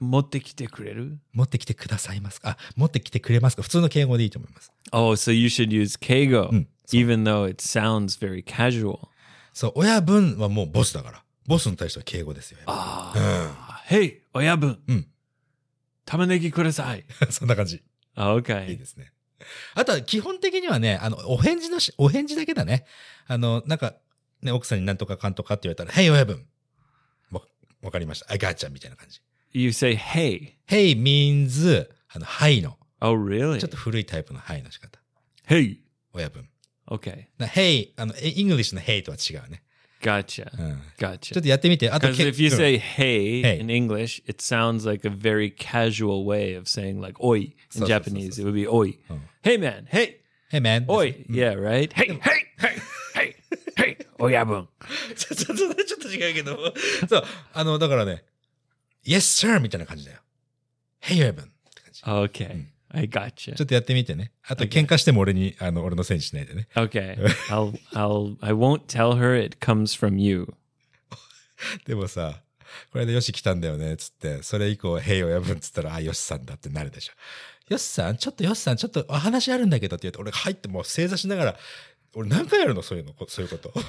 Speaker 2: Motte kite kureru.
Speaker 1: 持ってきてくださいますかあ、持ってきてくれますか普通の敬語でいいと思います。
Speaker 2: Oh, so you should use keigo,
Speaker 1: Mm,
Speaker 2: even though it sounds very casual.
Speaker 1: そう、親分はもうボスだから。ボスに対しては敬語ですよ。やっぱ
Speaker 2: Ah, hey, oyabun,
Speaker 1: Mm.
Speaker 2: tamanegi kudasai.
Speaker 1: そん な感じ。いい
Speaker 2: Okay.
Speaker 1: ですね。あとは基本的にはね、あの、お返事のし、お返事だけだね。あの、なんか、ね、奥さんになんとかかんとかって言われたら、Hey, 親分。わ、わかりました。I gotcha みたいな感じ。
Speaker 2: You say hey.
Speaker 1: Hey means, あの、はいの。
Speaker 2: Oh, really?
Speaker 1: ちょっと古いタイプのはいの仕方。
Speaker 2: Hey.
Speaker 1: 親分。
Speaker 2: Okay.
Speaker 1: な Hey, あの、え English の Hey とは違うね。
Speaker 2: Gotcha.
Speaker 1: うん。ちょ
Speaker 2: Gotcha.
Speaker 1: っとやってみて。あと、
Speaker 2: Because if you
Speaker 1: うん
Speaker 2: say hey,
Speaker 1: Hey.
Speaker 2: in English, it sounds like a very casual way of saying like oi. In
Speaker 1: So, so, so,
Speaker 2: Japanese,
Speaker 1: so.
Speaker 2: it would be oi.
Speaker 1: Oh.
Speaker 2: Hey man, hey,
Speaker 1: Hey man.
Speaker 2: oi. Yeah, right? Hey, hey, hey, hey, hey, "Oh, oyabun.
Speaker 1: ちょちょちょちょっと違うけど。そう。あの、だからね、Yes, sir! みたいな感じだよ。Hey, 親分。って感じ。
Speaker 2: Okay. Mm. I gotcha.
Speaker 1: ちょっとやってみてね。あと、喧嘩しても俺に、あの、俺のせいにしないでね。
Speaker 2: Okay. I'll I'll I won't tell her it comes from you.
Speaker 1: でもさ、これでよし来たんだよね、つって、それ以降、へいをやぶんつったら、あ、よしさんだってなるでしょ。よしさん、ちょっとよしさん、ちょっとお話あるんだけどって言うと、俺入ってもう正座しながら、俺何回やるのそういうの、こそういうこと。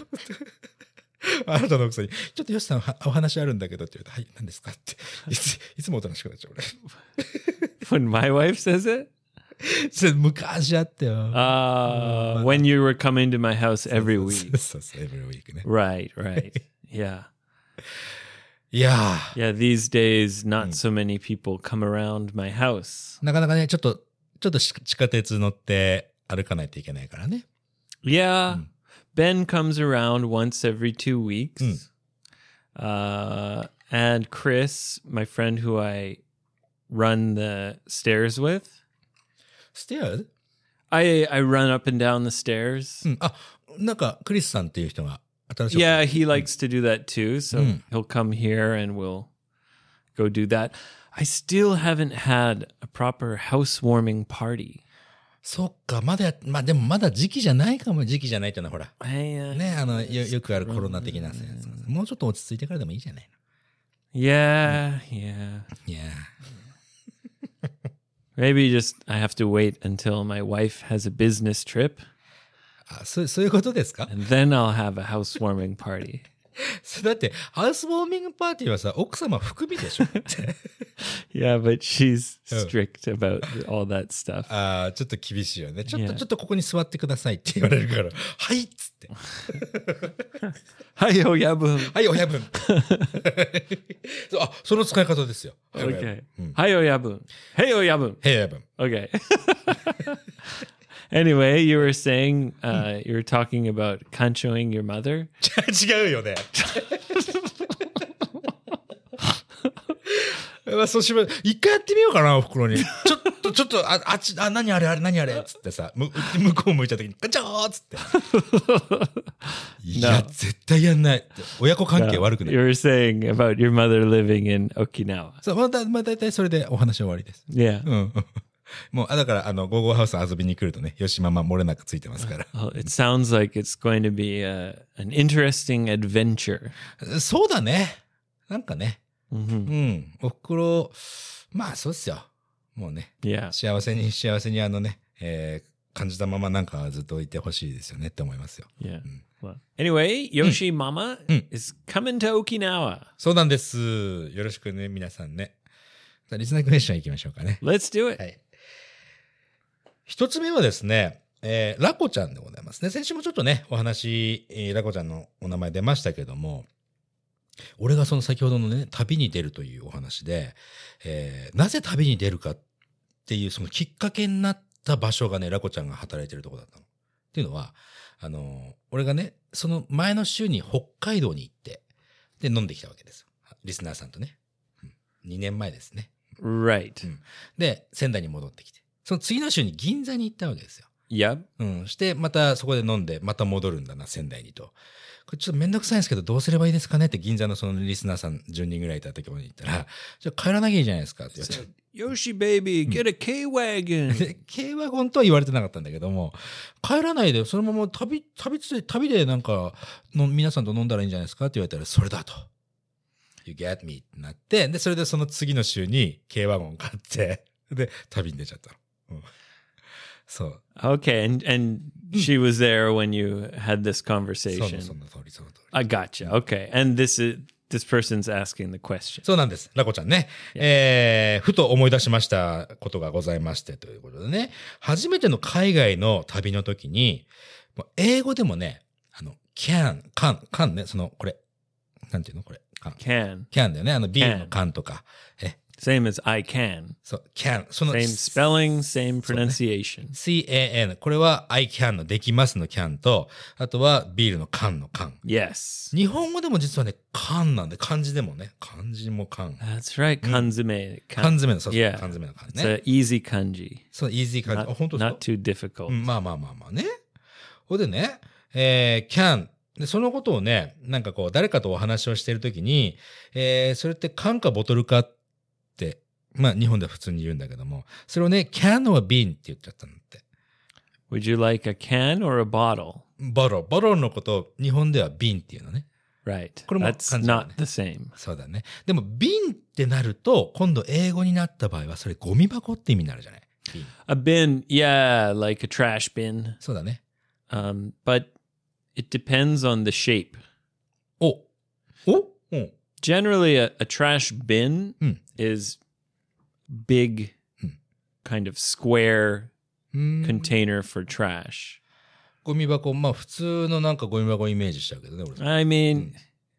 Speaker 1: あなたの奥さんに、ちょっとよしさんはお話あるんだけどって言うと、はい、何ですかって。いつ、いつもおとなしくなっちゃう、俺。
Speaker 2: When my wife says it?
Speaker 1: それ昔あったよ。
Speaker 2: Uh when you were coming to my house every
Speaker 1: そう
Speaker 2: week.
Speaker 1: そうそう、every week ね。
Speaker 2: Right, right. Yeah.
Speaker 1: いやー、
Speaker 2: Yeah, these days
Speaker 1: Mm.
Speaker 2: not so many people come around my house.
Speaker 1: なかなかね、ちょっと、ちょっとし地下鉄乗って歩かないといけないからね。
Speaker 2: Yeah.
Speaker 1: Hmm.
Speaker 2: Ben comes around once every two weeks.
Speaker 1: Hmm.
Speaker 2: Uh, and Chris, my friend who I run the stairs with,
Speaker 1: ステアーズ
Speaker 2: I, I run up and down the stairs.
Speaker 1: うん、あ、なんか、クリスさんっていう人が、新しい。
Speaker 2: Yeah, he likes to do that too. So
Speaker 1: Mm.
Speaker 2: he'll come here and we'll go do that. I still haven't had a proper housewarming party.
Speaker 1: そっか、まだや、まあでもまだ時期じゃないかも、時期じゃないっていうのは、ほら。
Speaker 2: I, uh,
Speaker 1: ね、あの、よよくあるコロナ的なやつ。もうちょっと落ち着いてからでもいいじゃない
Speaker 2: Yeah,
Speaker 1: Hmm.
Speaker 2: yeah.
Speaker 1: の。いやー
Speaker 2: Maybe just I have to wait until my wife has a business trip.
Speaker 1: あそう、そういうことですか
Speaker 2: and then I'll have a housewarming party.
Speaker 1: それ だって、ハウスウォーミングパーティーはさ、奥様含みで しょ
Speaker 2: Yeah, but she's strict about all that stuff.
Speaker 1: ああ、ちょっと厳しいよね。ちょっと、
Speaker 2: Yeah.
Speaker 1: ちょっとここに座ってくださいって言われるから、 はいっつって。
Speaker 2: Hi, oh yeah, boom.
Speaker 1: はい、親 分。そうあ、その使い方ですよ。はい親分
Speaker 2: Okay. Hi, oh yeah, boom. Hey, oh yeah, boom.
Speaker 1: へい、親分。
Speaker 2: Okay. anyway, you were saying uh, you were talking about kanchoing your mother.
Speaker 1: 違うよ ね。まあ、そうしま一回やってみようかな、お袋に。ちょっと、ちょっと、あ、あっち、あ、何あれ、あれ、何あれ、っつってさ、む向こう向いた時に、ガチャーっつって。 いや、絶対やんない。親子関係悪くな
Speaker 2: Uh, You
Speaker 1: い。
Speaker 2: were saying about your mother living in Okinawa.
Speaker 1: そう、まあ、だ、まあ、大体それでお話終わりです。
Speaker 2: Yeah.
Speaker 1: うん。 もう、あ、だから、あの、ゴーゴーハウス遊びに来るとね、よしママ漏れなくついてますから。
Speaker 2: Well, it sounds like it's going to be uh an interesting adventure.
Speaker 1: そうだね。なんかね。
Speaker 2: hmm
Speaker 1: うん。お袋、まあそうっすよ。もうね、
Speaker 2: Yeah.
Speaker 1: 幸せに幸せにあのね、え感じたままなんかずっといてほしいですよねって思いますよ。Mm.
Speaker 2: Yeah. Well, anyway, Yoshi Mama
Speaker 1: Mm.
Speaker 2: is coming to Okinawa.
Speaker 1: そうなんです。よろしくね、皆さんね。さあリスナークエスチョン行きましょうかね。
Speaker 2: Let's do it.
Speaker 1: はい。一つ目はですね、えーラコちゃんでございますね。先週もちょっとね、お話、えーラコちゃんのお名前出ましたけども、俺がその先ほどのね、旅に出るというお話で、えーなぜ旅に出るかっていうそのきっかけになった場所がね、ラコちゃんが働いてるとこだったの。っていうのは、あのー俺がね、その前の週に北海道に行って、で、飲んできたわけですよ。リスナーさんとね。2年前ですね。
Speaker 2: Right.
Speaker 1: Mm. で、仙台に戻ってきて。その次の週に銀座に行ったわけですよ。
Speaker 2: Yep.
Speaker 1: うん。して、またそこで飲んで、また戻るんだな、仙台にと。これちょっとめんどくさいんですけど、どうすればいいですかねって銀座のそのリスナーさん10人ぐらいいた時に行ったら、じゃあ帰らなきゃいいじゃないですかって言われて。
Speaker 2: Yoshi baby,
Speaker 1: Mm.
Speaker 2: get a K wagon.
Speaker 1: で、軽ワゴンとは言われてなかったんだけども、帰らないで、そのまま旅、旅つい、旅でなんかの、皆さんと飲んだらいいんじゃないですかって言われたら、それだと。You get me ってなって、で、それでその次の週に軽ワゴン買って、で、旅に出ちゃったの。うんそう。
Speaker 2: okay, and and
Speaker 1: Mm.
Speaker 2: she was there when you had this
Speaker 1: そうなの
Speaker 2: conversation.
Speaker 1: その通り、その通り。
Speaker 2: I
Speaker 1: Mm.
Speaker 2: gotcha. Okay, and this is this person's asking the question.
Speaker 1: そうなんです。ラコちゃんね。えー、ふと思い出しましたことがございましてということでね。初めての海外の旅の時に、もう英語でもね、あの、can, can, can ね、その、これ、なんていうのこれ、can。
Speaker 2: Can
Speaker 1: can だよね。あの、ビールの缶とか。え、
Speaker 2: same as I can.
Speaker 1: そう、can。その、
Speaker 2: Same spelling, same pronunciation.
Speaker 1: can。これは I can のできますの can と、あとはビールの缶の缶。
Speaker 2: Yes,
Speaker 1: 日本語でも実はね、缶なんで、漢字でもね、漢字も缶。
Speaker 2: that's right.
Speaker 1: Mm.
Speaker 2: Kanzume.
Speaker 1: 缶
Speaker 2: Kan-
Speaker 1: 詰の、そうそう、
Speaker 2: Yeah
Speaker 1: 缶詰の缶ね。
Speaker 2: it's a easy kanji.
Speaker 1: そう、イージー感じ。あ、本
Speaker 2: Not,
Speaker 1: 当です
Speaker 2: not
Speaker 1: か
Speaker 2: too difficult.
Speaker 1: うんまあまあまあまあね。ほいでね、えー、can。で、そのことをね、なんかこう、誰かとお話をしてるときに、えー、それって缶かボトルかって、まあ日本では普通に言うんだけども、それをね、can or bean って言っちゃったんだって。
Speaker 2: Would you like a can or a bottle?
Speaker 1: ボロ、ボロのことを日本では瓶っていうのね。
Speaker 2: Right.
Speaker 1: これも
Speaker 2: That's
Speaker 1: 漢字だね。
Speaker 2: not the same.
Speaker 1: そうだね。でも瓶ってなると、今度英語になった場合は、それゴミ箱って意味になるじゃない瓶
Speaker 2: A bin, yeah, like a trash bin.
Speaker 1: そうだね。
Speaker 2: Um, but it depends on the shape.
Speaker 1: おおうん。
Speaker 2: Generally, a, a trash bin
Speaker 1: Hmm.
Speaker 2: is big,
Speaker 1: Hmm.
Speaker 2: kind of square
Speaker 1: うーん
Speaker 2: container for trash.
Speaker 1: ゴミ箱、まあ普通のなんかゴミ箱をイメージしちゃうけどね、俺。
Speaker 2: I
Speaker 1: Hmm.
Speaker 2: mean,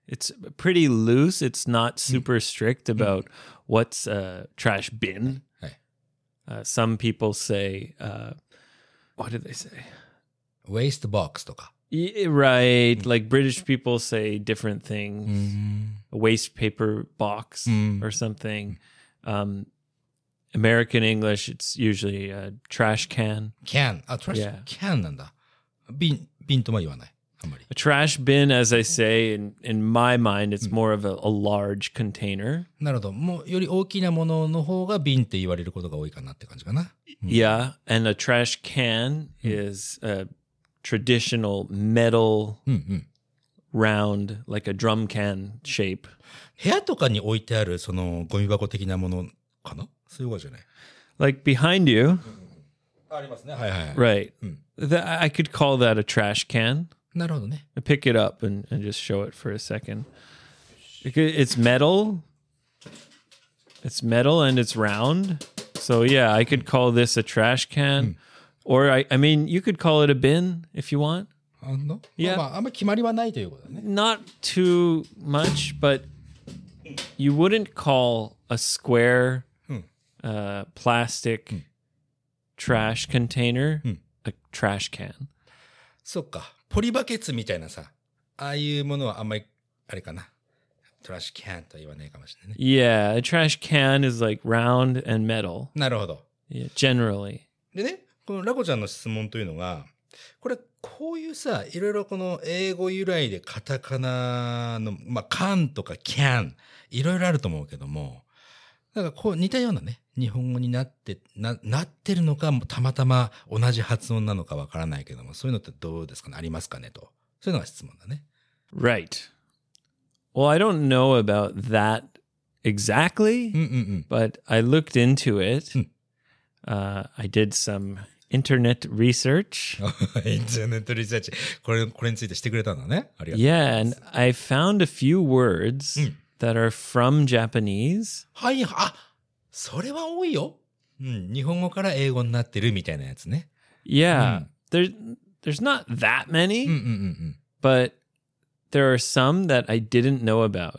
Speaker 2: it's pretty loose. It's not super strict
Speaker 1: Hmm.
Speaker 2: about what's a trash bin.
Speaker 1: はい。
Speaker 2: Uh, some people say, uh, what do they say?
Speaker 1: ウェイストボックスとか。
Speaker 2: Yeah, eh, right.
Speaker 1: Mm.
Speaker 2: Like British people say different
Speaker 1: う
Speaker 2: things,
Speaker 1: ん。
Speaker 2: a waste paper box
Speaker 1: Mm.
Speaker 2: or something. Um, American English, it's usually a trash can.
Speaker 1: can. あ、トラッシュ
Speaker 2: Yeah.。
Speaker 1: can なんだ。瓶、瓶とも言わない。あんまり。
Speaker 2: A trash bin, as I say, in, in my mind,
Speaker 1: Mm.
Speaker 2: it's more of a, a large container.
Speaker 1: なるほど。もうより大きなものの方が瓶って言われることが多いかなって感じかな。
Speaker 2: Yeah. And a trash can
Speaker 1: Mm.
Speaker 2: is a traditional metal,
Speaker 1: うんうん。
Speaker 2: round, like a drum can shape.
Speaker 1: 部屋とかに置いてある、その、ゴミ箱的なものかなそういうことじゃない。
Speaker 2: Like behind you,
Speaker 1: ありますね。はいはいはい。
Speaker 2: right?
Speaker 1: Mm.
Speaker 2: Th- I could call that a trash can.
Speaker 1: なるほどね。
Speaker 2: pick it up and, and just show it for a second. It- It's metal. It's metal and it's round. So yeah, I could call this a trash can. Or I, I mean, you could call it a bin if you want.
Speaker 1: あんのまあ
Speaker 2: Yeah.
Speaker 1: まあ、あんまり決まりはないということだね。
Speaker 2: Not too much, but you wouldn't call a square uh, plastic trash container a trash can.
Speaker 1: そっか。ポリバケツみたいなさ、ああいうものはあんまり、あれかな。トラッシュ can とは言わないかもしれないね。
Speaker 2: Yeah, a trash can is like round and metal.
Speaker 1: なるほど。
Speaker 2: Yeah, generally.
Speaker 1: でね、このラコちゃんの質問というのが、これ、こういうさ、いろいろこの英語由来でカタカナの、まあ、can とか can、いろいろあると思うけども、なんかこう似たようなね、日本語になって、な、なってるのか、たまたま同じ発音なのかわからないけども、そういうのってどうですかねありますかねと。そういうのが質問だね。
Speaker 2: Right. Well, I don't know about that exactly,
Speaker 1: Hmm. うんうんうん。
Speaker 2: but I looked into it.
Speaker 1: Hmm.
Speaker 2: Uh, I did some internet research.
Speaker 1: Oh, インターネットリサーチ。これ、これについてしてくれたんだね。ありがとう。
Speaker 2: Yeah, and I found a few words
Speaker 1: Mm.
Speaker 2: that are from Japanese.
Speaker 1: はい、あ、それは多いよ。うん、日本語から英語になってるみたいなやつね。Mm.
Speaker 2: Yeah, there, there's not that many,
Speaker 1: うんうんうんうん。
Speaker 2: but there are some that I didn't know about.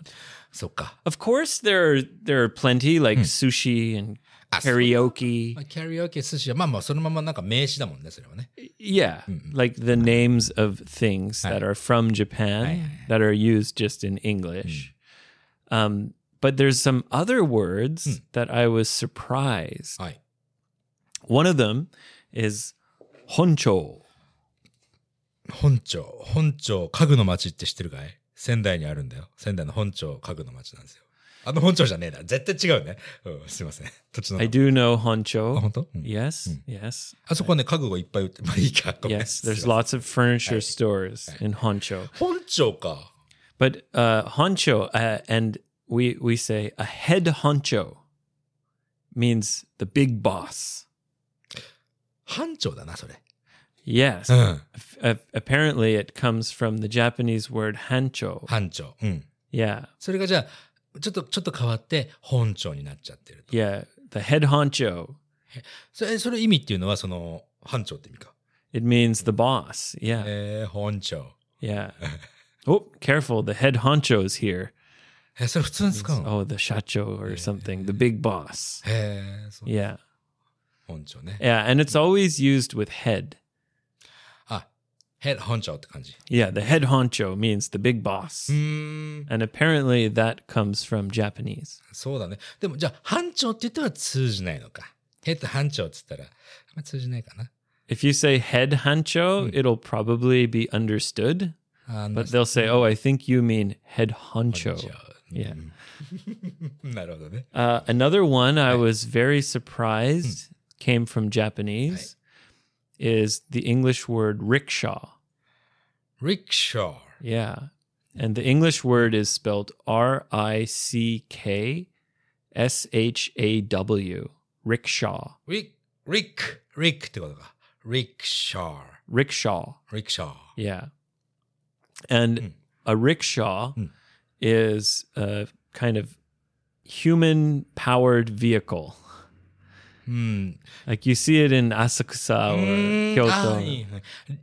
Speaker 1: そっか。
Speaker 2: Of course, there are, there are plenty like
Speaker 1: Mm.
Speaker 2: sushi and
Speaker 1: あそう
Speaker 2: karaoke.
Speaker 1: まあ、キャリオケ寿司は、まあまあ、そのままなんか名詞だもんね、それはね。
Speaker 2: Yeah,
Speaker 1: Mm-mm.
Speaker 2: like the names of things
Speaker 1: Aye.
Speaker 2: that are from Japan
Speaker 1: Aye, aye, aye.
Speaker 2: that are used just in English. Um, but there's some other words
Speaker 1: Mm.
Speaker 2: that I was surprised.
Speaker 1: はい。
Speaker 2: One of them is honcho.
Speaker 1: 本町、本町家具の町って知ってるかい仙台にあるんだよ。仙台の本町家具の町なんですよ。あの本町じゃねえな。絶対違うね。うん、すいません。土地の
Speaker 2: I。do know
Speaker 1: あ、
Speaker 2: honcho.
Speaker 1: 本当、うん、
Speaker 2: Yes,
Speaker 1: Mm.
Speaker 2: yes,
Speaker 1: あそこはね、家具をいっぱい売って、まあいいか、ごめん
Speaker 2: yes.
Speaker 1: すいま
Speaker 2: There's
Speaker 1: せん
Speaker 2: lots of furniture stores
Speaker 1: Aye.
Speaker 2: in honcho,
Speaker 1: 本町か。
Speaker 2: but uh, honcho, uh, and we we say a head honcho means the big boss.
Speaker 1: 班長だな、それ。
Speaker 2: Yes.
Speaker 1: うん。
Speaker 2: a- uh, apparently it comes from the Japanese word hancho.
Speaker 1: 班長。うん。
Speaker 2: Yeah,
Speaker 1: それがじゃあ、ちょっと、ちょっと変わって、本町になっちゃってると。
Speaker 2: yeah. The head honcho.
Speaker 1: それ、それ意味っていうのは、その、班長って意味か。
Speaker 2: It means the boss. Yeah,
Speaker 1: えー、本町。
Speaker 2: yeah. Oh, careful. The head honcho is here.
Speaker 1: え、それ普通に使うの
Speaker 2: Oh, the shacho or something. The big boss.
Speaker 1: へえ、そう。
Speaker 2: Yeah,
Speaker 1: 本庁ね。
Speaker 2: yeah. And it's always used with head.
Speaker 1: あ、ヘッ本庁って感じ。
Speaker 2: Yeah, the head honcho means the big boss.
Speaker 1: うーん、
Speaker 2: And apparently that comes from Japanese.
Speaker 1: そうだね。でもじゃあ、班長って言っては通じないのか。ヘッド班長って言ったら、あんま通じないかな。
Speaker 2: If you say head honcho, it'll probably be Hmm. understood,
Speaker 1: あの
Speaker 2: but they'll say, "Oh, I think you mean head honcho."
Speaker 1: うん
Speaker 2: Yeah.
Speaker 1: なるほどね。
Speaker 2: Uh, another one I was very surprised came from Japanese is the English word rickshaw.
Speaker 1: リクショー。
Speaker 2: Yeah. And the English word is spelled R I C K S H A W, rickshaw.
Speaker 1: リク、リク、リクってことか。リクショー。
Speaker 2: Rickshaw.
Speaker 1: リクショー。
Speaker 2: Yeah. And
Speaker 1: Mm.
Speaker 2: a rickshaw
Speaker 1: Mm.
Speaker 2: is a kind of human powered vehicle.
Speaker 1: うん。
Speaker 2: Like you see it in Asakusa
Speaker 1: う
Speaker 2: or
Speaker 1: ーん
Speaker 2: Kyoto.
Speaker 1: あーいい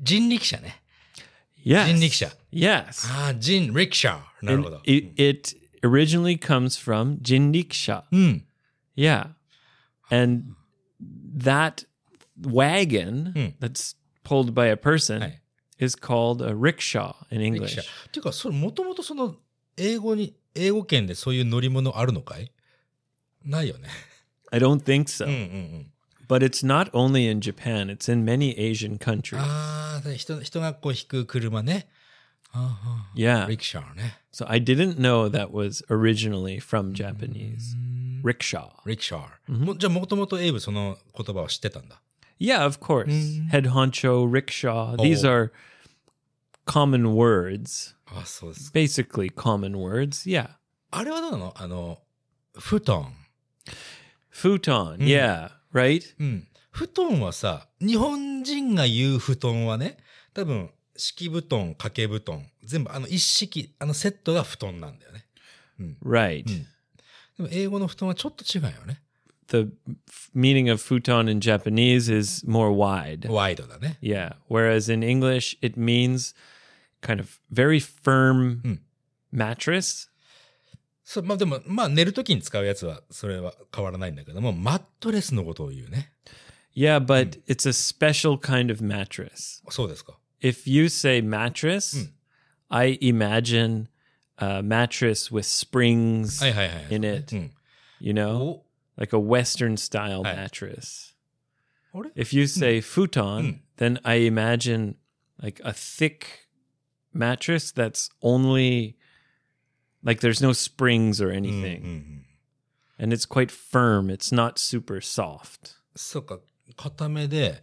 Speaker 1: 人力車ね。
Speaker 2: Yes.
Speaker 1: 人力車。
Speaker 2: Yes.
Speaker 1: ああ、人、リクショー。なる
Speaker 2: And
Speaker 1: ほど。
Speaker 2: it, it originally comes from jinriksha.
Speaker 1: うん。
Speaker 2: Yeah. And that wagon
Speaker 1: Hmm.
Speaker 2: that's pulled by a person
Speaker 1: Aye.
Speaker 2: is called a rickshaw in
Speaker 1: リクシ
Speaker 2: English.
Speaker 1: ャていうか、それもともとその英語に、英語圏でそういう乗り物あるのかいないよね。
Speaker 2: I don't think so.
Speaker 1: うんうんうん。
Speaker 2: But it's not only in Japan, it's in many Asian countries.
Speaker 1: Ah. ああ、人人がこう引く車ね。ああ
Speaker 2: yeah.
Speaker 1: リクシャーね。
Speaker 2: so I didn't know that was originally
Speaker 1: Hmm.
Speaker 2: from Japanese.
Speaker 1: リ
Speaker 2: Rickshaw.
Speaker 1: クシャー。もじゃあもともとエイブその言葉を知ってたんだ。
Speaker 2: Yeah, of course.
Speaker 1: Mm.
Speaker 2: Head honcho, rickshaw. These
Speaker 1: Oh.
Speaker 2: are common words,
Speaker 1: あそうです。
Speaker 2: basically common words. Yeah.
Speaker 1: あれはどうなのあの、布団。
Speaker 2: Futon.
Speaker 1: Mm.
Speaker 2: Yeah. Right?
Speaker 1: うん。布団はさ、日本人が言う布団はね、多分、敷布団、掛け布団、全部あの一式、あのセットが布団なんだよね。
Speaker 2: Right.
Speaker 1: Mm. でも英語の布団はちょっと違うよね。
Speaker 2: The f- meaning of futon in Japanese is more wide.
Speaker 1: ワイドだね。
Speaker 2: Yeah. Whereas in English, it means kind of very firm
Speaker 1: Mm.
Speaker 2: mattress.
Speaker 1: そう、まあでも、まあ寝るときに使うやつは、それは変わらないんだけども、マットレスのことを言うね。
Speaker 2: Yeah, but it's a special kind of mattress.
Speaker 1: そうですか。
Speaker 2: If you say mattress,
Speaker 1: Mm.
Speaker 2: I imagine a mattress with springs
Speaker 1: はいはいはい。
Speaker 2: in it,
Speaker 1: うん。
Speaker 2: you know,
Speaker 1: お
Speaker 2: like a Western style
Speaker 1: Aye.
Speaker 2: mattress.
Speaker 1: あれ
Speaker 2: If you say futon,
Speaker 1: Mm.
Speaker 2: then I imagine like a thick mattress that's only like there's no springs or
Speaker 1: うんうん
Speaker 2: anything,
Speaker 1: うん。
Speaker 2: and it's quite firm. It's not super soft.
Speaker 1: そうか、固めで、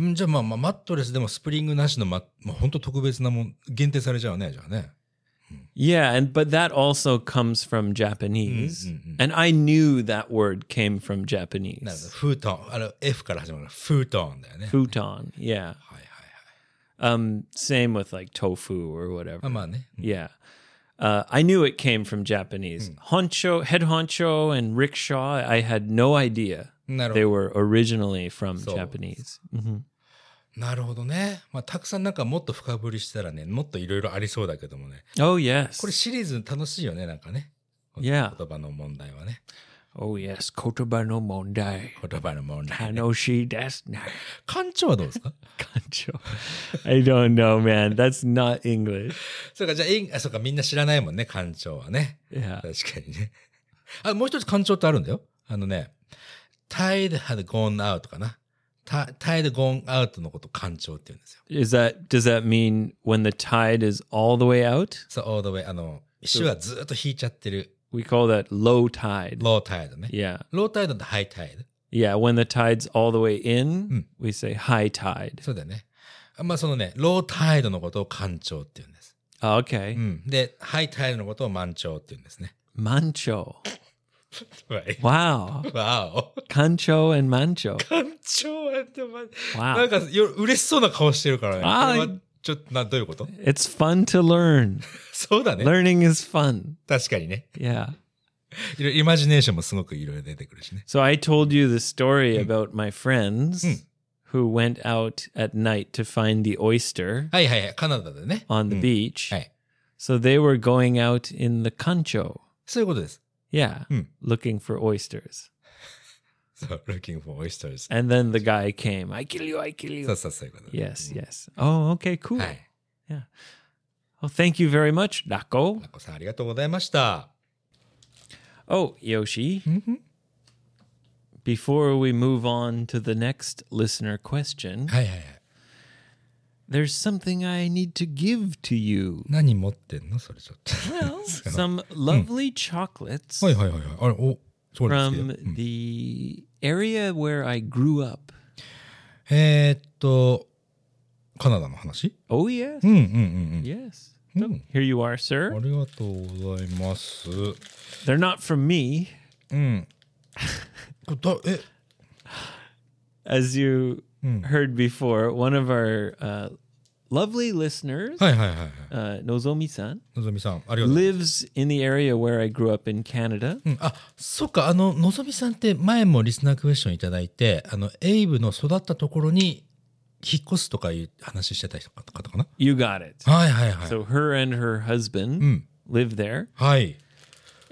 Speaker 1: んじゃあまあまあ、マットレスでもスプリングなしの、ま、まあ、本当特別なもん、限定されちゃうね、じゃあね。
Speaker 2: Yeah, and but that also comes from Japanese.
Speaker 1: Mm, mm, mm.
Speaker 2: And I knew that word came from Japanese.
Speaker 1: なるほど。フートン。あの、F から始まるフートンだよね。
Speaker 2: Futon, yeah.
Speaker 1: はいはいはい。
Speaker 2: Um same with like tofu or whatever.
Speaker 1: まあまあね。
Speaker 2: Mm-hmm. yeah. Uh, I knew it came from Japanese.
Speaker 1: Hmm.
Speaker 2: Honcho, head honcho and rickshaw, I had no idea
Speaker 1: なるほ
Speaker 2: they
Speaker 1: ど。
Speaker 2: were originally from
Speaker 1: So-
Speaker 2: Japanese. hmm
Speaker 1: なるほどね。まあ、たくさんなんかもっと深掘りしたらね、もっといろいろありそうだけどもね。
Speaker 2: Oh yes.
Speaker 1: これシリーズ楽しいよね、なんかね。
Speaker 2: Yeah.
Speaker 1: 言葉の問題はね。
Speaker 2: Oh yes. Kotoba no mondai.
Speaker 1: 言葉の問題。
Speaker 2: Hanoshi desu na
Speaker 1: 館長はどうですか
Speaker 2: kancho. I don't know, man. That's not English.
Speaker 1: そうか、じゃあ、インあ、そうか、みんな知らないもんね、館長はね。
Speaker 2: Yeah.
Speaker 1: 確かにね。あ、もう一つ館長ってあるんだよ。あのね、tide had gone out かな。Ta- tide gone out のこと館長って言うんですよ。
Speaker 2: Is that does that mean when the tide is all the way out?
Speaker 1: そう、all the way, あの、石はずっと引いちゃってる。
Speaker 2: We call that low tide.
Speaker 1: low tide ね。
Speaker 2: Yeah.
Speaker 1: low tide と high tide。
Speaker 2: Yeah, when the tide's all the way in,
Speaker 1: Hmm.
Speaker 2: we say high tide.
Speaker 1: そうだよね。あまあそのね、low tide のことを干潮って言うんです。
Speaker 2: Oh, Okay.
Speaker 1: うん。で、high tide のことを満潮って言うんですね。
Speaker 2: Mancho.
Speaker 1: はい。
Speaker 2: Wow.
Speaker 1: わお。
Speaker 2: Cancho and mancho.
Speaker 1: 干潮はでも、なん
Speaker 2: Wow.
Speaker 1: かよ嬉しそうな顔してるからね。
Speaker 2: あー
Speaker 1: これはちょっとな、どういうこと
Speaker 2: It's fun to learn.
Speaker 1: そうだね。
Speaker 2: Learning is fun.
Speaker 1: 確かにね。
Speaker 2: Yeah.
Speaker 1: いろいろイマジネーションもすごくいろいろ出てくるしね。
Speaker 2: So I told you the story about my friends
Speaker 1: Hmm.
Speaker 2: who went out at night to find the oyster
Speaker 1: はいはいはい。カナダでね。
Speaker 2: on the
Speaker 1: うん
Speaker 2: beach.
Speaker 1: はい。
Speaker 2: So they were going out in the cancho.
Speaker 1: そういうことです。
Speaker 2: Yeah.
Speaker 1: Hmm.
Speaker 2: Looking for oysters.
Speaker 1: そう、looking for oysters.
Speaker 2: And then the guy came. I kill you, I kill
Speaker 1: そう
Speaker 2: you.
Speaker 1: そうそういうことです。
Speaker 2: Yes, yes. Oh, okay, cool.
Speaker 1: はい。
Speaker 2: Well, thank you very much, Nako.
Speaker 1: ラコさんありがとうございました。
Speaker 2: Oh, Yoshi,
Speaker 1: うんうん
Speaker 2: before we move on to the next listener question,
Speaker 1: はいはいはい。
Speaker 2: there's something I need to give to you.
Speaker 1: 何持ってんのそれちょっと。
Speaker 2: Well, some lovely chocolates
Speaker 1: はいはいはいはい。あれ、お、そうですけど
Speaker 2: from the area where I grew up.
Speaker 1: えー、っと、カナダの話
Speaker 2: Oh, yes.
Speaker 1: うんうんうんうん。
Speaker 2: Yes. So, here you are,
Speaker 1: あ
Speaker 2: sir.
Speaker 1: りがとうございます。
Speaker 2: They're not from me.
Speaker 1: うん。これだえ、
Speaker 2: as you heard before, one of our uh, lovely listeners,
Speaker 1: はいはいはいはい。
Speaker 2: uh, Nozomi san,
Speaker 1: のぞみさん、ありがとう。
Speaker 2: lives in the area where I grew up in Canada.
Speaker 1: うん、あそっかあののぞみさんって前もリスナークエスチョンいただいてあのエイブの育ったところに引っ越すとかいう話してた人か方かな
Speaker 2: You got it.
Speaker 1: はいはいはい
Speaker 2: So, her and her husband live there,
Speaker 1: はい、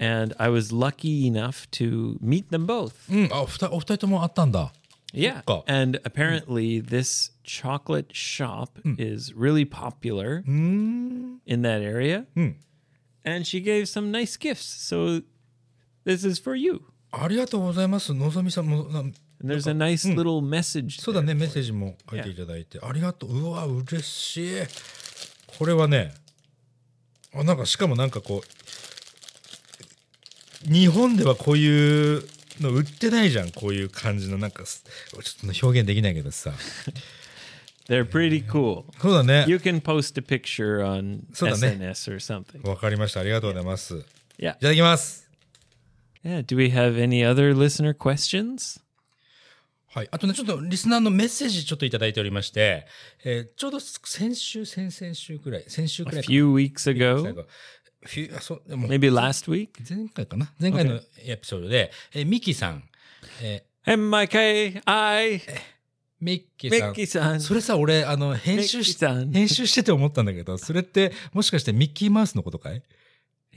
Speaker 2: and I was lucky enough to meet them both.
Speaker 1: うん、あお二お二人ともあったんだ
Speaker 2: Yeah.
Speaker 1: Cool.
Speaker 2: And apparently, this chocolate shop is really popular
Speaker 1: うーん
Speaker 2: in that area.
Speaker 1: Mm.
Speaker 2: And she gave some nice gifts. So, this is for you.
Speaker 1: ありがとうございますのぞみさんもな
Speaker 2: And there's a nice little message.
Speaker 1: そうだねメッセージも書いていただいてありがとううわ嬉しいこれはねあなんかしかもなんかこう日本ではこういうの売ってないじゃんこういう感じのなんかすちょっと表現できないけどさ
Speaker 2: They're pretty cool.
Speaker 1: そうだね
Speaker 2: You can post a picture on
Speaker 1: So the ne-
Speaker 2: SNS or something.
Speaker 1: わかりましたありがとうございますい
Speaker 2: Yeah.
Speaker 1: ただきます
Speaker 2: Yeah. Do we have any other listener questions?
Speaker 1: はい。あとね、ちょっとリスナーのメッセージちょっといただいておりまして、えーちょうど先週、先々週くらい、先週くら
Speaker 2: A
Speaker 1: いか
Speaker 2: few weeks
Speaker 1: 最後
Speaker 2: ago,
Speaker 1: フュあそうでも
Speaker 2: maybe last week.
Speaker 1: 前回かな前回のエピソードで、えーミッキーさん、え
Speaker 2: M I K I
Speaker 1: ーミッキーさん。
Speaker 2: Mickey san.
Speaker 1: それさ、俺、あの、編集し
Speaker 2: ミッキーさん
Speaker 1: 編集してて思ったんだけど、それって、もしかしてミッキーマウスのことかい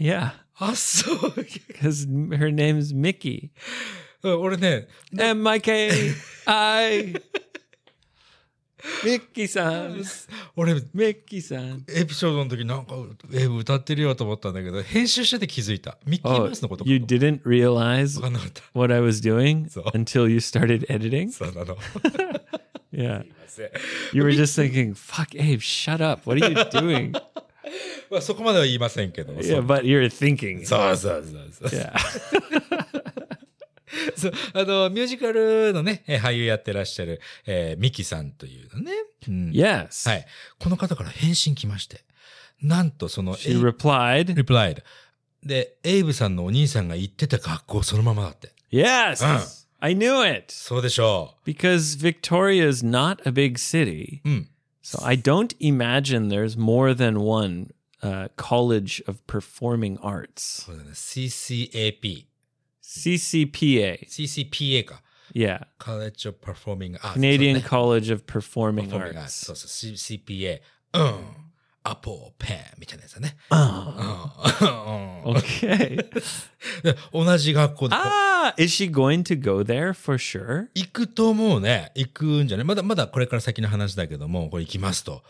Speaker 2: Yeah,
Speaker 1: あ、そう。
Speaker 2: because her name's Mickey.
Speaker 1: うん俺ね、
Speaker 2: M I K I Mickey san.
Speaker 1: 俺、
Speaker 2: Mickey san.
Speaker 1: エピソードの時なんか、えー歌ってるよと思ったんだけど、編集してて気づいた。ミッキー
Speaker 2: Oh,
Speaker 1: マウスのことか。
Speaker 2: you
Speaker 1: 分
Speaker 2: didn't realize
Speaker 1: かんなかった。
Speaker 2: what I was doing
Speaker 1: So-
Speaker 2: until you started editing?
Speaker 1: そうなの。
Speaker 2: Yeah. You were just thinking, fuck, Abe, shut up. What are you doing?
Speaker 1: まあそこまでは言いませんけど。
Speaker 2: yeah, but you're thinking.
Speaker 1: そうそうそうそう。
Speaker 2: Yeah.
Speaker 1: そうあの、ミュージカルのね、えー俳優やってらっしゃる、えーミキさんというのね。うん
Speaker 2: yes.
Speaker 1: はい。この方から返信来まして。なんとその、
Speaker 2: She replied,
Speaker 1: replied で、エイブさんのお兄さんが言ってた学校そのままだって。
Speaker 2: Yes,
Speaker 1: Uh.
Speaker 2: I knew it.
Speaker 1: そうでしょ
Speaker 2: Because Victoria is not a big city.
Speaker 1: う。うん。
Speaker 2: So I don't imagine there's more than one uh, college of performing arts.
Speaker 1: そうだね。CCAP。
Speaker 2: CCPA.
Speaker 1: CCPA か。
Speaker 2: Yeah.
Speaker 1: College of Performing Arts。そ
Speaker 2: Canadian
Speaker 1: うね
Speaker 2: College of
Speaker 1: Performing
Speaker 2: Performing,
Speaker 1: Arts。
Speaker 2: Arts.
Speaker 1: そうそう。CCPA。うん。アポーペンみたいなやつだね。
Speaker 2: Ah,
Speaker 1: うん。うん
Speaker 2: okay.
Speaker 1: で 同じ学校で。
Speaker 2: ah, is she going to go there for sure?
Speaker 1: 行くと思うね。行くんじゃないまだまだこれから先の話だけども、これ行きますと。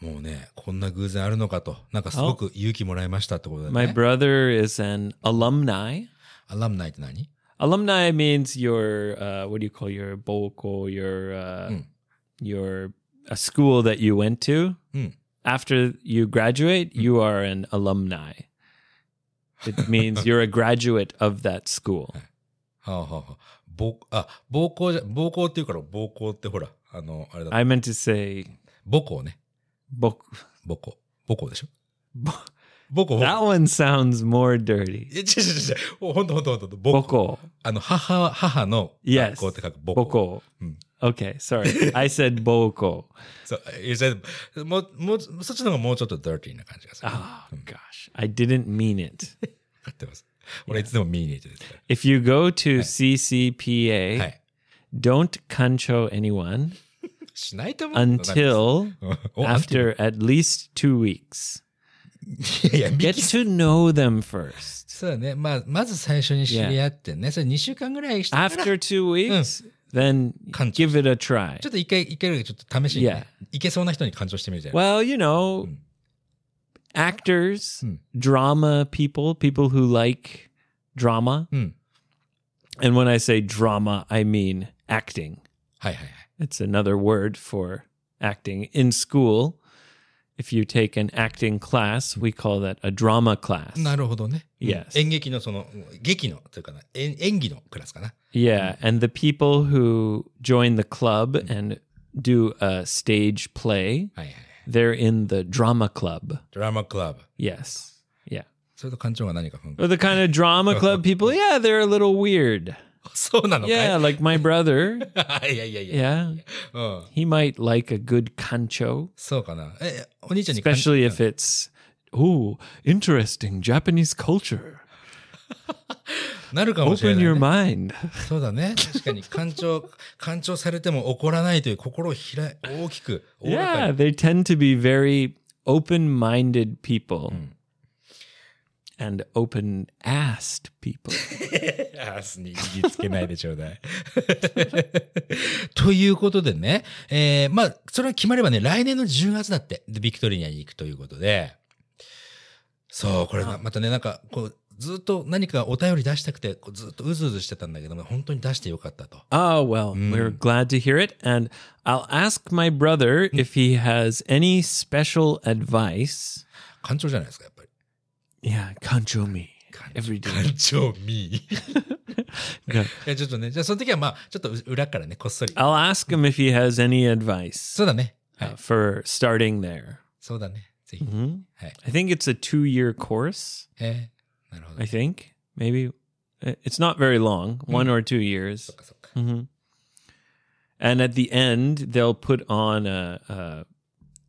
Speaker 1: もうね、こんな偶然あるのかと。なんかすごく勇気もらいましたってことだ
Speaker 2: My
Speaker 1: ね。
Speaker 2: brother is an alumni.
Speaker 1: アラムナイって何
Speaker 2: Alumni means your uh, what do you call your boko, your uh,
Speaker 1: Mm.
Speaker 2: your a school that you went to.
Speaker 1: Mm.
Speaker 2: After you graduate, you are an alumni. It means you're a graduate of that school.
Speaker 1: はあはあはあ。暴あ、暴行じゃ、暴行って言うから、暴行ってほら、あの、あれだ。
Speaker 2: I meant to say
Speaker 1: 母校ね。
Speaker 2: bok.
Speaker 1: 母校。母校でしょ
Speaker 2: bo-
Speaker 1: 母校、母
Speaker 2: That
Speaker 1: 校。
Speaker 2: one sounds more dirty.
Speaker 1: え、違う違う違う。ほんとほんとほんと。母校。
Speaker 2: Boko.
Speaker 1: あの、母、母の
Speaker 2: Yes
Speaker 1: 学校って書く母校。
Speaker 2: Boko. Hmm.
Speaker 1: Mm.
Speaker 2: Okay, sorry. I said boko.
Speaker 1: そう、you said- もう、もう、そっちの方がもうちょっと dirty な感じがする。
Speaker 2: Oh gosh, I didn't mean it.
Speaker 1: 買ってます。俺いつでも見に行ってですから
Speaker 2: If you go to CCPA,
Speaker 1: はい。
Speaker 2: don't concho anyone
Speaker 1: しないと思う。
Speaker 2: until
Speaker 1: わかりますお
Speaker 2: after at least two weeks.
Speaker 1: いやいや、ミ
Speaker 2: Get
Speaker 1: キ
Speaker 2: to know them first.
Speaker 1: そうだね。まあ、まず最初に知り合ってね。それ2週間ぐらいしてから、ちょ
Speaker 2: After two weeks, then
Speaker 1: Concho.
Speaker 2: give it a try.
Speaker 1: っと一回、一回ぐらいちょっと試しにね。いけそうな人に感情してみるじゃない
Speaker 2: Well, you know,
Speaker 1: Mm.
Speaker 2: actors,
Speaker 1: Mm.
Speaker 2: drama people, people who like drama.
Speaker 1: Mm.
Speaker 2: And when I say drama, I mean acting.
Speaker 1: はいはいはい。
Speaker 2: It's another word for acting. In school, if you take an acting class, we call that a drama class.
Speaker 1: なるほどね。
Speaker 2: Yes.
Speaker 1: 演劇のその、劇の、というかな、演演技のクラスかな。
Speaker 2: Yeah, and the people who join the club and do a stage play,
Speaker 1: はいはいはい。
Speaker 2: they're in the drama club.
Speaker 1: ドラマクラブ。
Speaker 2: Yes. Yeah.
Speaker 1: それと感情が何か分か
Speaker 2: Or the kind of drama club people, yeah, they're a little weird.
Speaker 1: そうなのかい
Speaker 2: Yeah, like my brother.
Speaker 1: いやいやいや。
Speaker 2: Yeah.
Speaker 1: うん。
Speaker 2: He might like a good cancho,
Speaker 1: そうかな。え、お兄ちゃんに感
Speaker 2: especially if it's, ooh, interesting Japanese culture.
Speaker 1: なるかもしれ
Speaker 2: Open
Speaker 1: ない、
Speaker 2: your
Speaker 1: ね。
Speaker 2: mind.
Speaker 1: そうだね。確かに、感 情、感情されても怒らないという心をひら大きく、大らか
Speaker 2: Yeah,
Speaker 1: に。
Speaker 2: they tend to be very open minded people and open assed people.
Speaker 1: アースに言いつけないでちょうだい。 ということでね、えーまあ、それが決まればね、来年の10月だって、でビクトリアに行くということで、そう、これがまたね、なんか、こう、ずっと何かお便り出したくて、こうずっとうずうずしてたんだけども、本当に出してよかったと。
Speaker 2: Oh, well, we're glad to hear it. And I'll ask my brother if he has any special advice.
Speaker 1: 感情じゃないですか、やっぱり。
Speaker 2: Yeah, control me every day.
Speaker 1: 感情ミー。
Speaker 2: Yeah.
Speaker 1: いや、ちょっとね、じゃあその時はまあ、ちょっと裏からね、こっそり。
Speaker 2: I'll ask him if he has any advice
Speaker 1: そうだね。は
Speaker 2: uh,
Speaker 1: い。
Speaker 2: for starting there.
Speaker 1: そうだね。ぜひ。
Speaker 2: Mhm.
Speaker 1: はい。
Speaker 2: I think it's a two year course.
Speaker 1: えー、なるほど
Speaker 2: I。think maybe Uh, it's not very long, one or two years.
Speaker 1: そっかそっか。
Speaker 2: hmm And at the end, they'll put on a, a,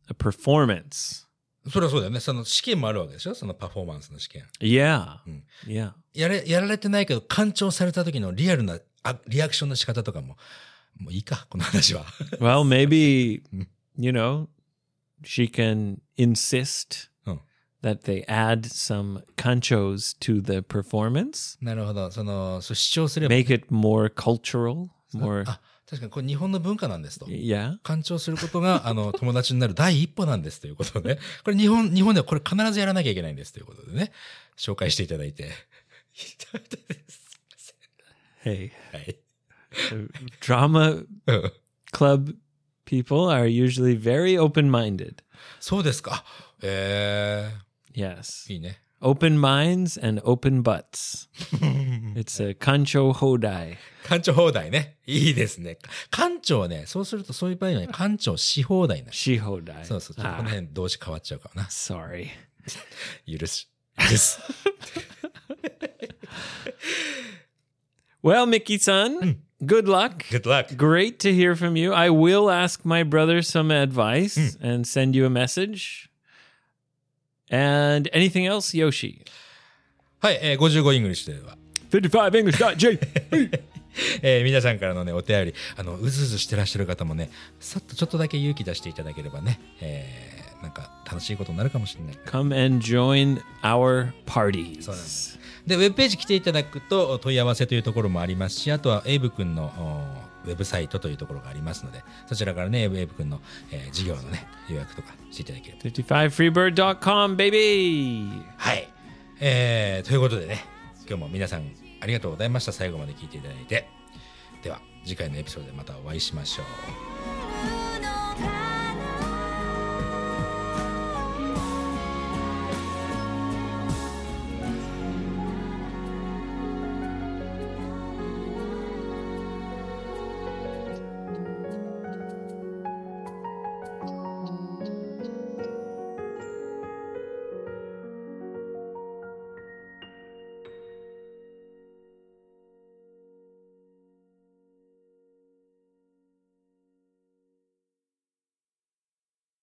Speaker 2: a performance.
Speaker 1: それはそうだよね。その試験もあるわけでしょそのパフォーマンスの試験。
Speaker 2: Yeah.
Speaker 1: Mm.
Speaker 2: Yeah.
Speaker 1: やれ、やられてないけど、干潮された時のリアルなあリアクションの仕方とかも、もういいか、この話 は。
Speaker 2: Well, maybe, you know, she can insist
Speaker 1: Oh.
Speaker 2: that they add some conchos to the performance,
Speaker 1: なるほど。その、そう主張すれば、
Speaker 2: make it more cultural, more.
Speaker 1: あ、確かにこれ日本の文化なんですと。
Speaker 2: Yeah.
Speaker 1: 干潮することが、 あの、友達になる第一歩なんですということでね。これ日本、日本ではこれ必ずやらなきゃいけないんですということでね。紹介していただいて。
Speaker 2: Hey,
Speaker 1: はい。
Speaker 2: the drama
Speaker 1: うん。
Speaker 2: club people are usually very open minded.
Speaker 1: そうですか。ええ
Speaker 2: Yes.
Speaker 1: いいね。
Speaker 2: Open minds and open butts. It's a kancho hodai.
Speaker 1: 館長放題ね。いいですね。館長はね、そうするとそういう場合にはね、館長し放題になる。
Speaker 2: She hodai.
Speaker 1: そうそう。ちょっとこの
Speaker 2: Ah,
Speaker 1: 辺動詞変わっちゃうからな。
Speaker 2: sorry.
Speaker 1: 許す。許す。
Speaker 2: Well, Mickey san, good luck.
Speaker 1: Good luck.
Speaker 2: Great to hear from you. I will ask my brother some advice and send you a message. And anything else, Yoshi?
Speaker 1: はい、えー、55イングリッシュでは、
Speaker 2: 55english.j.
Speaker 1: えー皆さんからのね、お便り、あの、うずうずしてらっしゃる方もね、さっとちょっとだけ勇気出していただければね、えーなんか楽しいことになるかもしれない。
Speaker 2: Come and join our parties.
Speaker 1: で、ウェブページ来ていただくと問い合わせというところもありますし、あとはエイブ君のおウェブサイトというところがありますので、そちらからね、エイブエイブ君の、えー事業のね、予約とかしていただければ。
Speaker 2: 55freebird.com, baby.
Speaker 1: はい。えーということでね、今日も皆さんありがとうございました。最後まで聞いていただいて。では、次回のエピソードでまたお会いしましょう。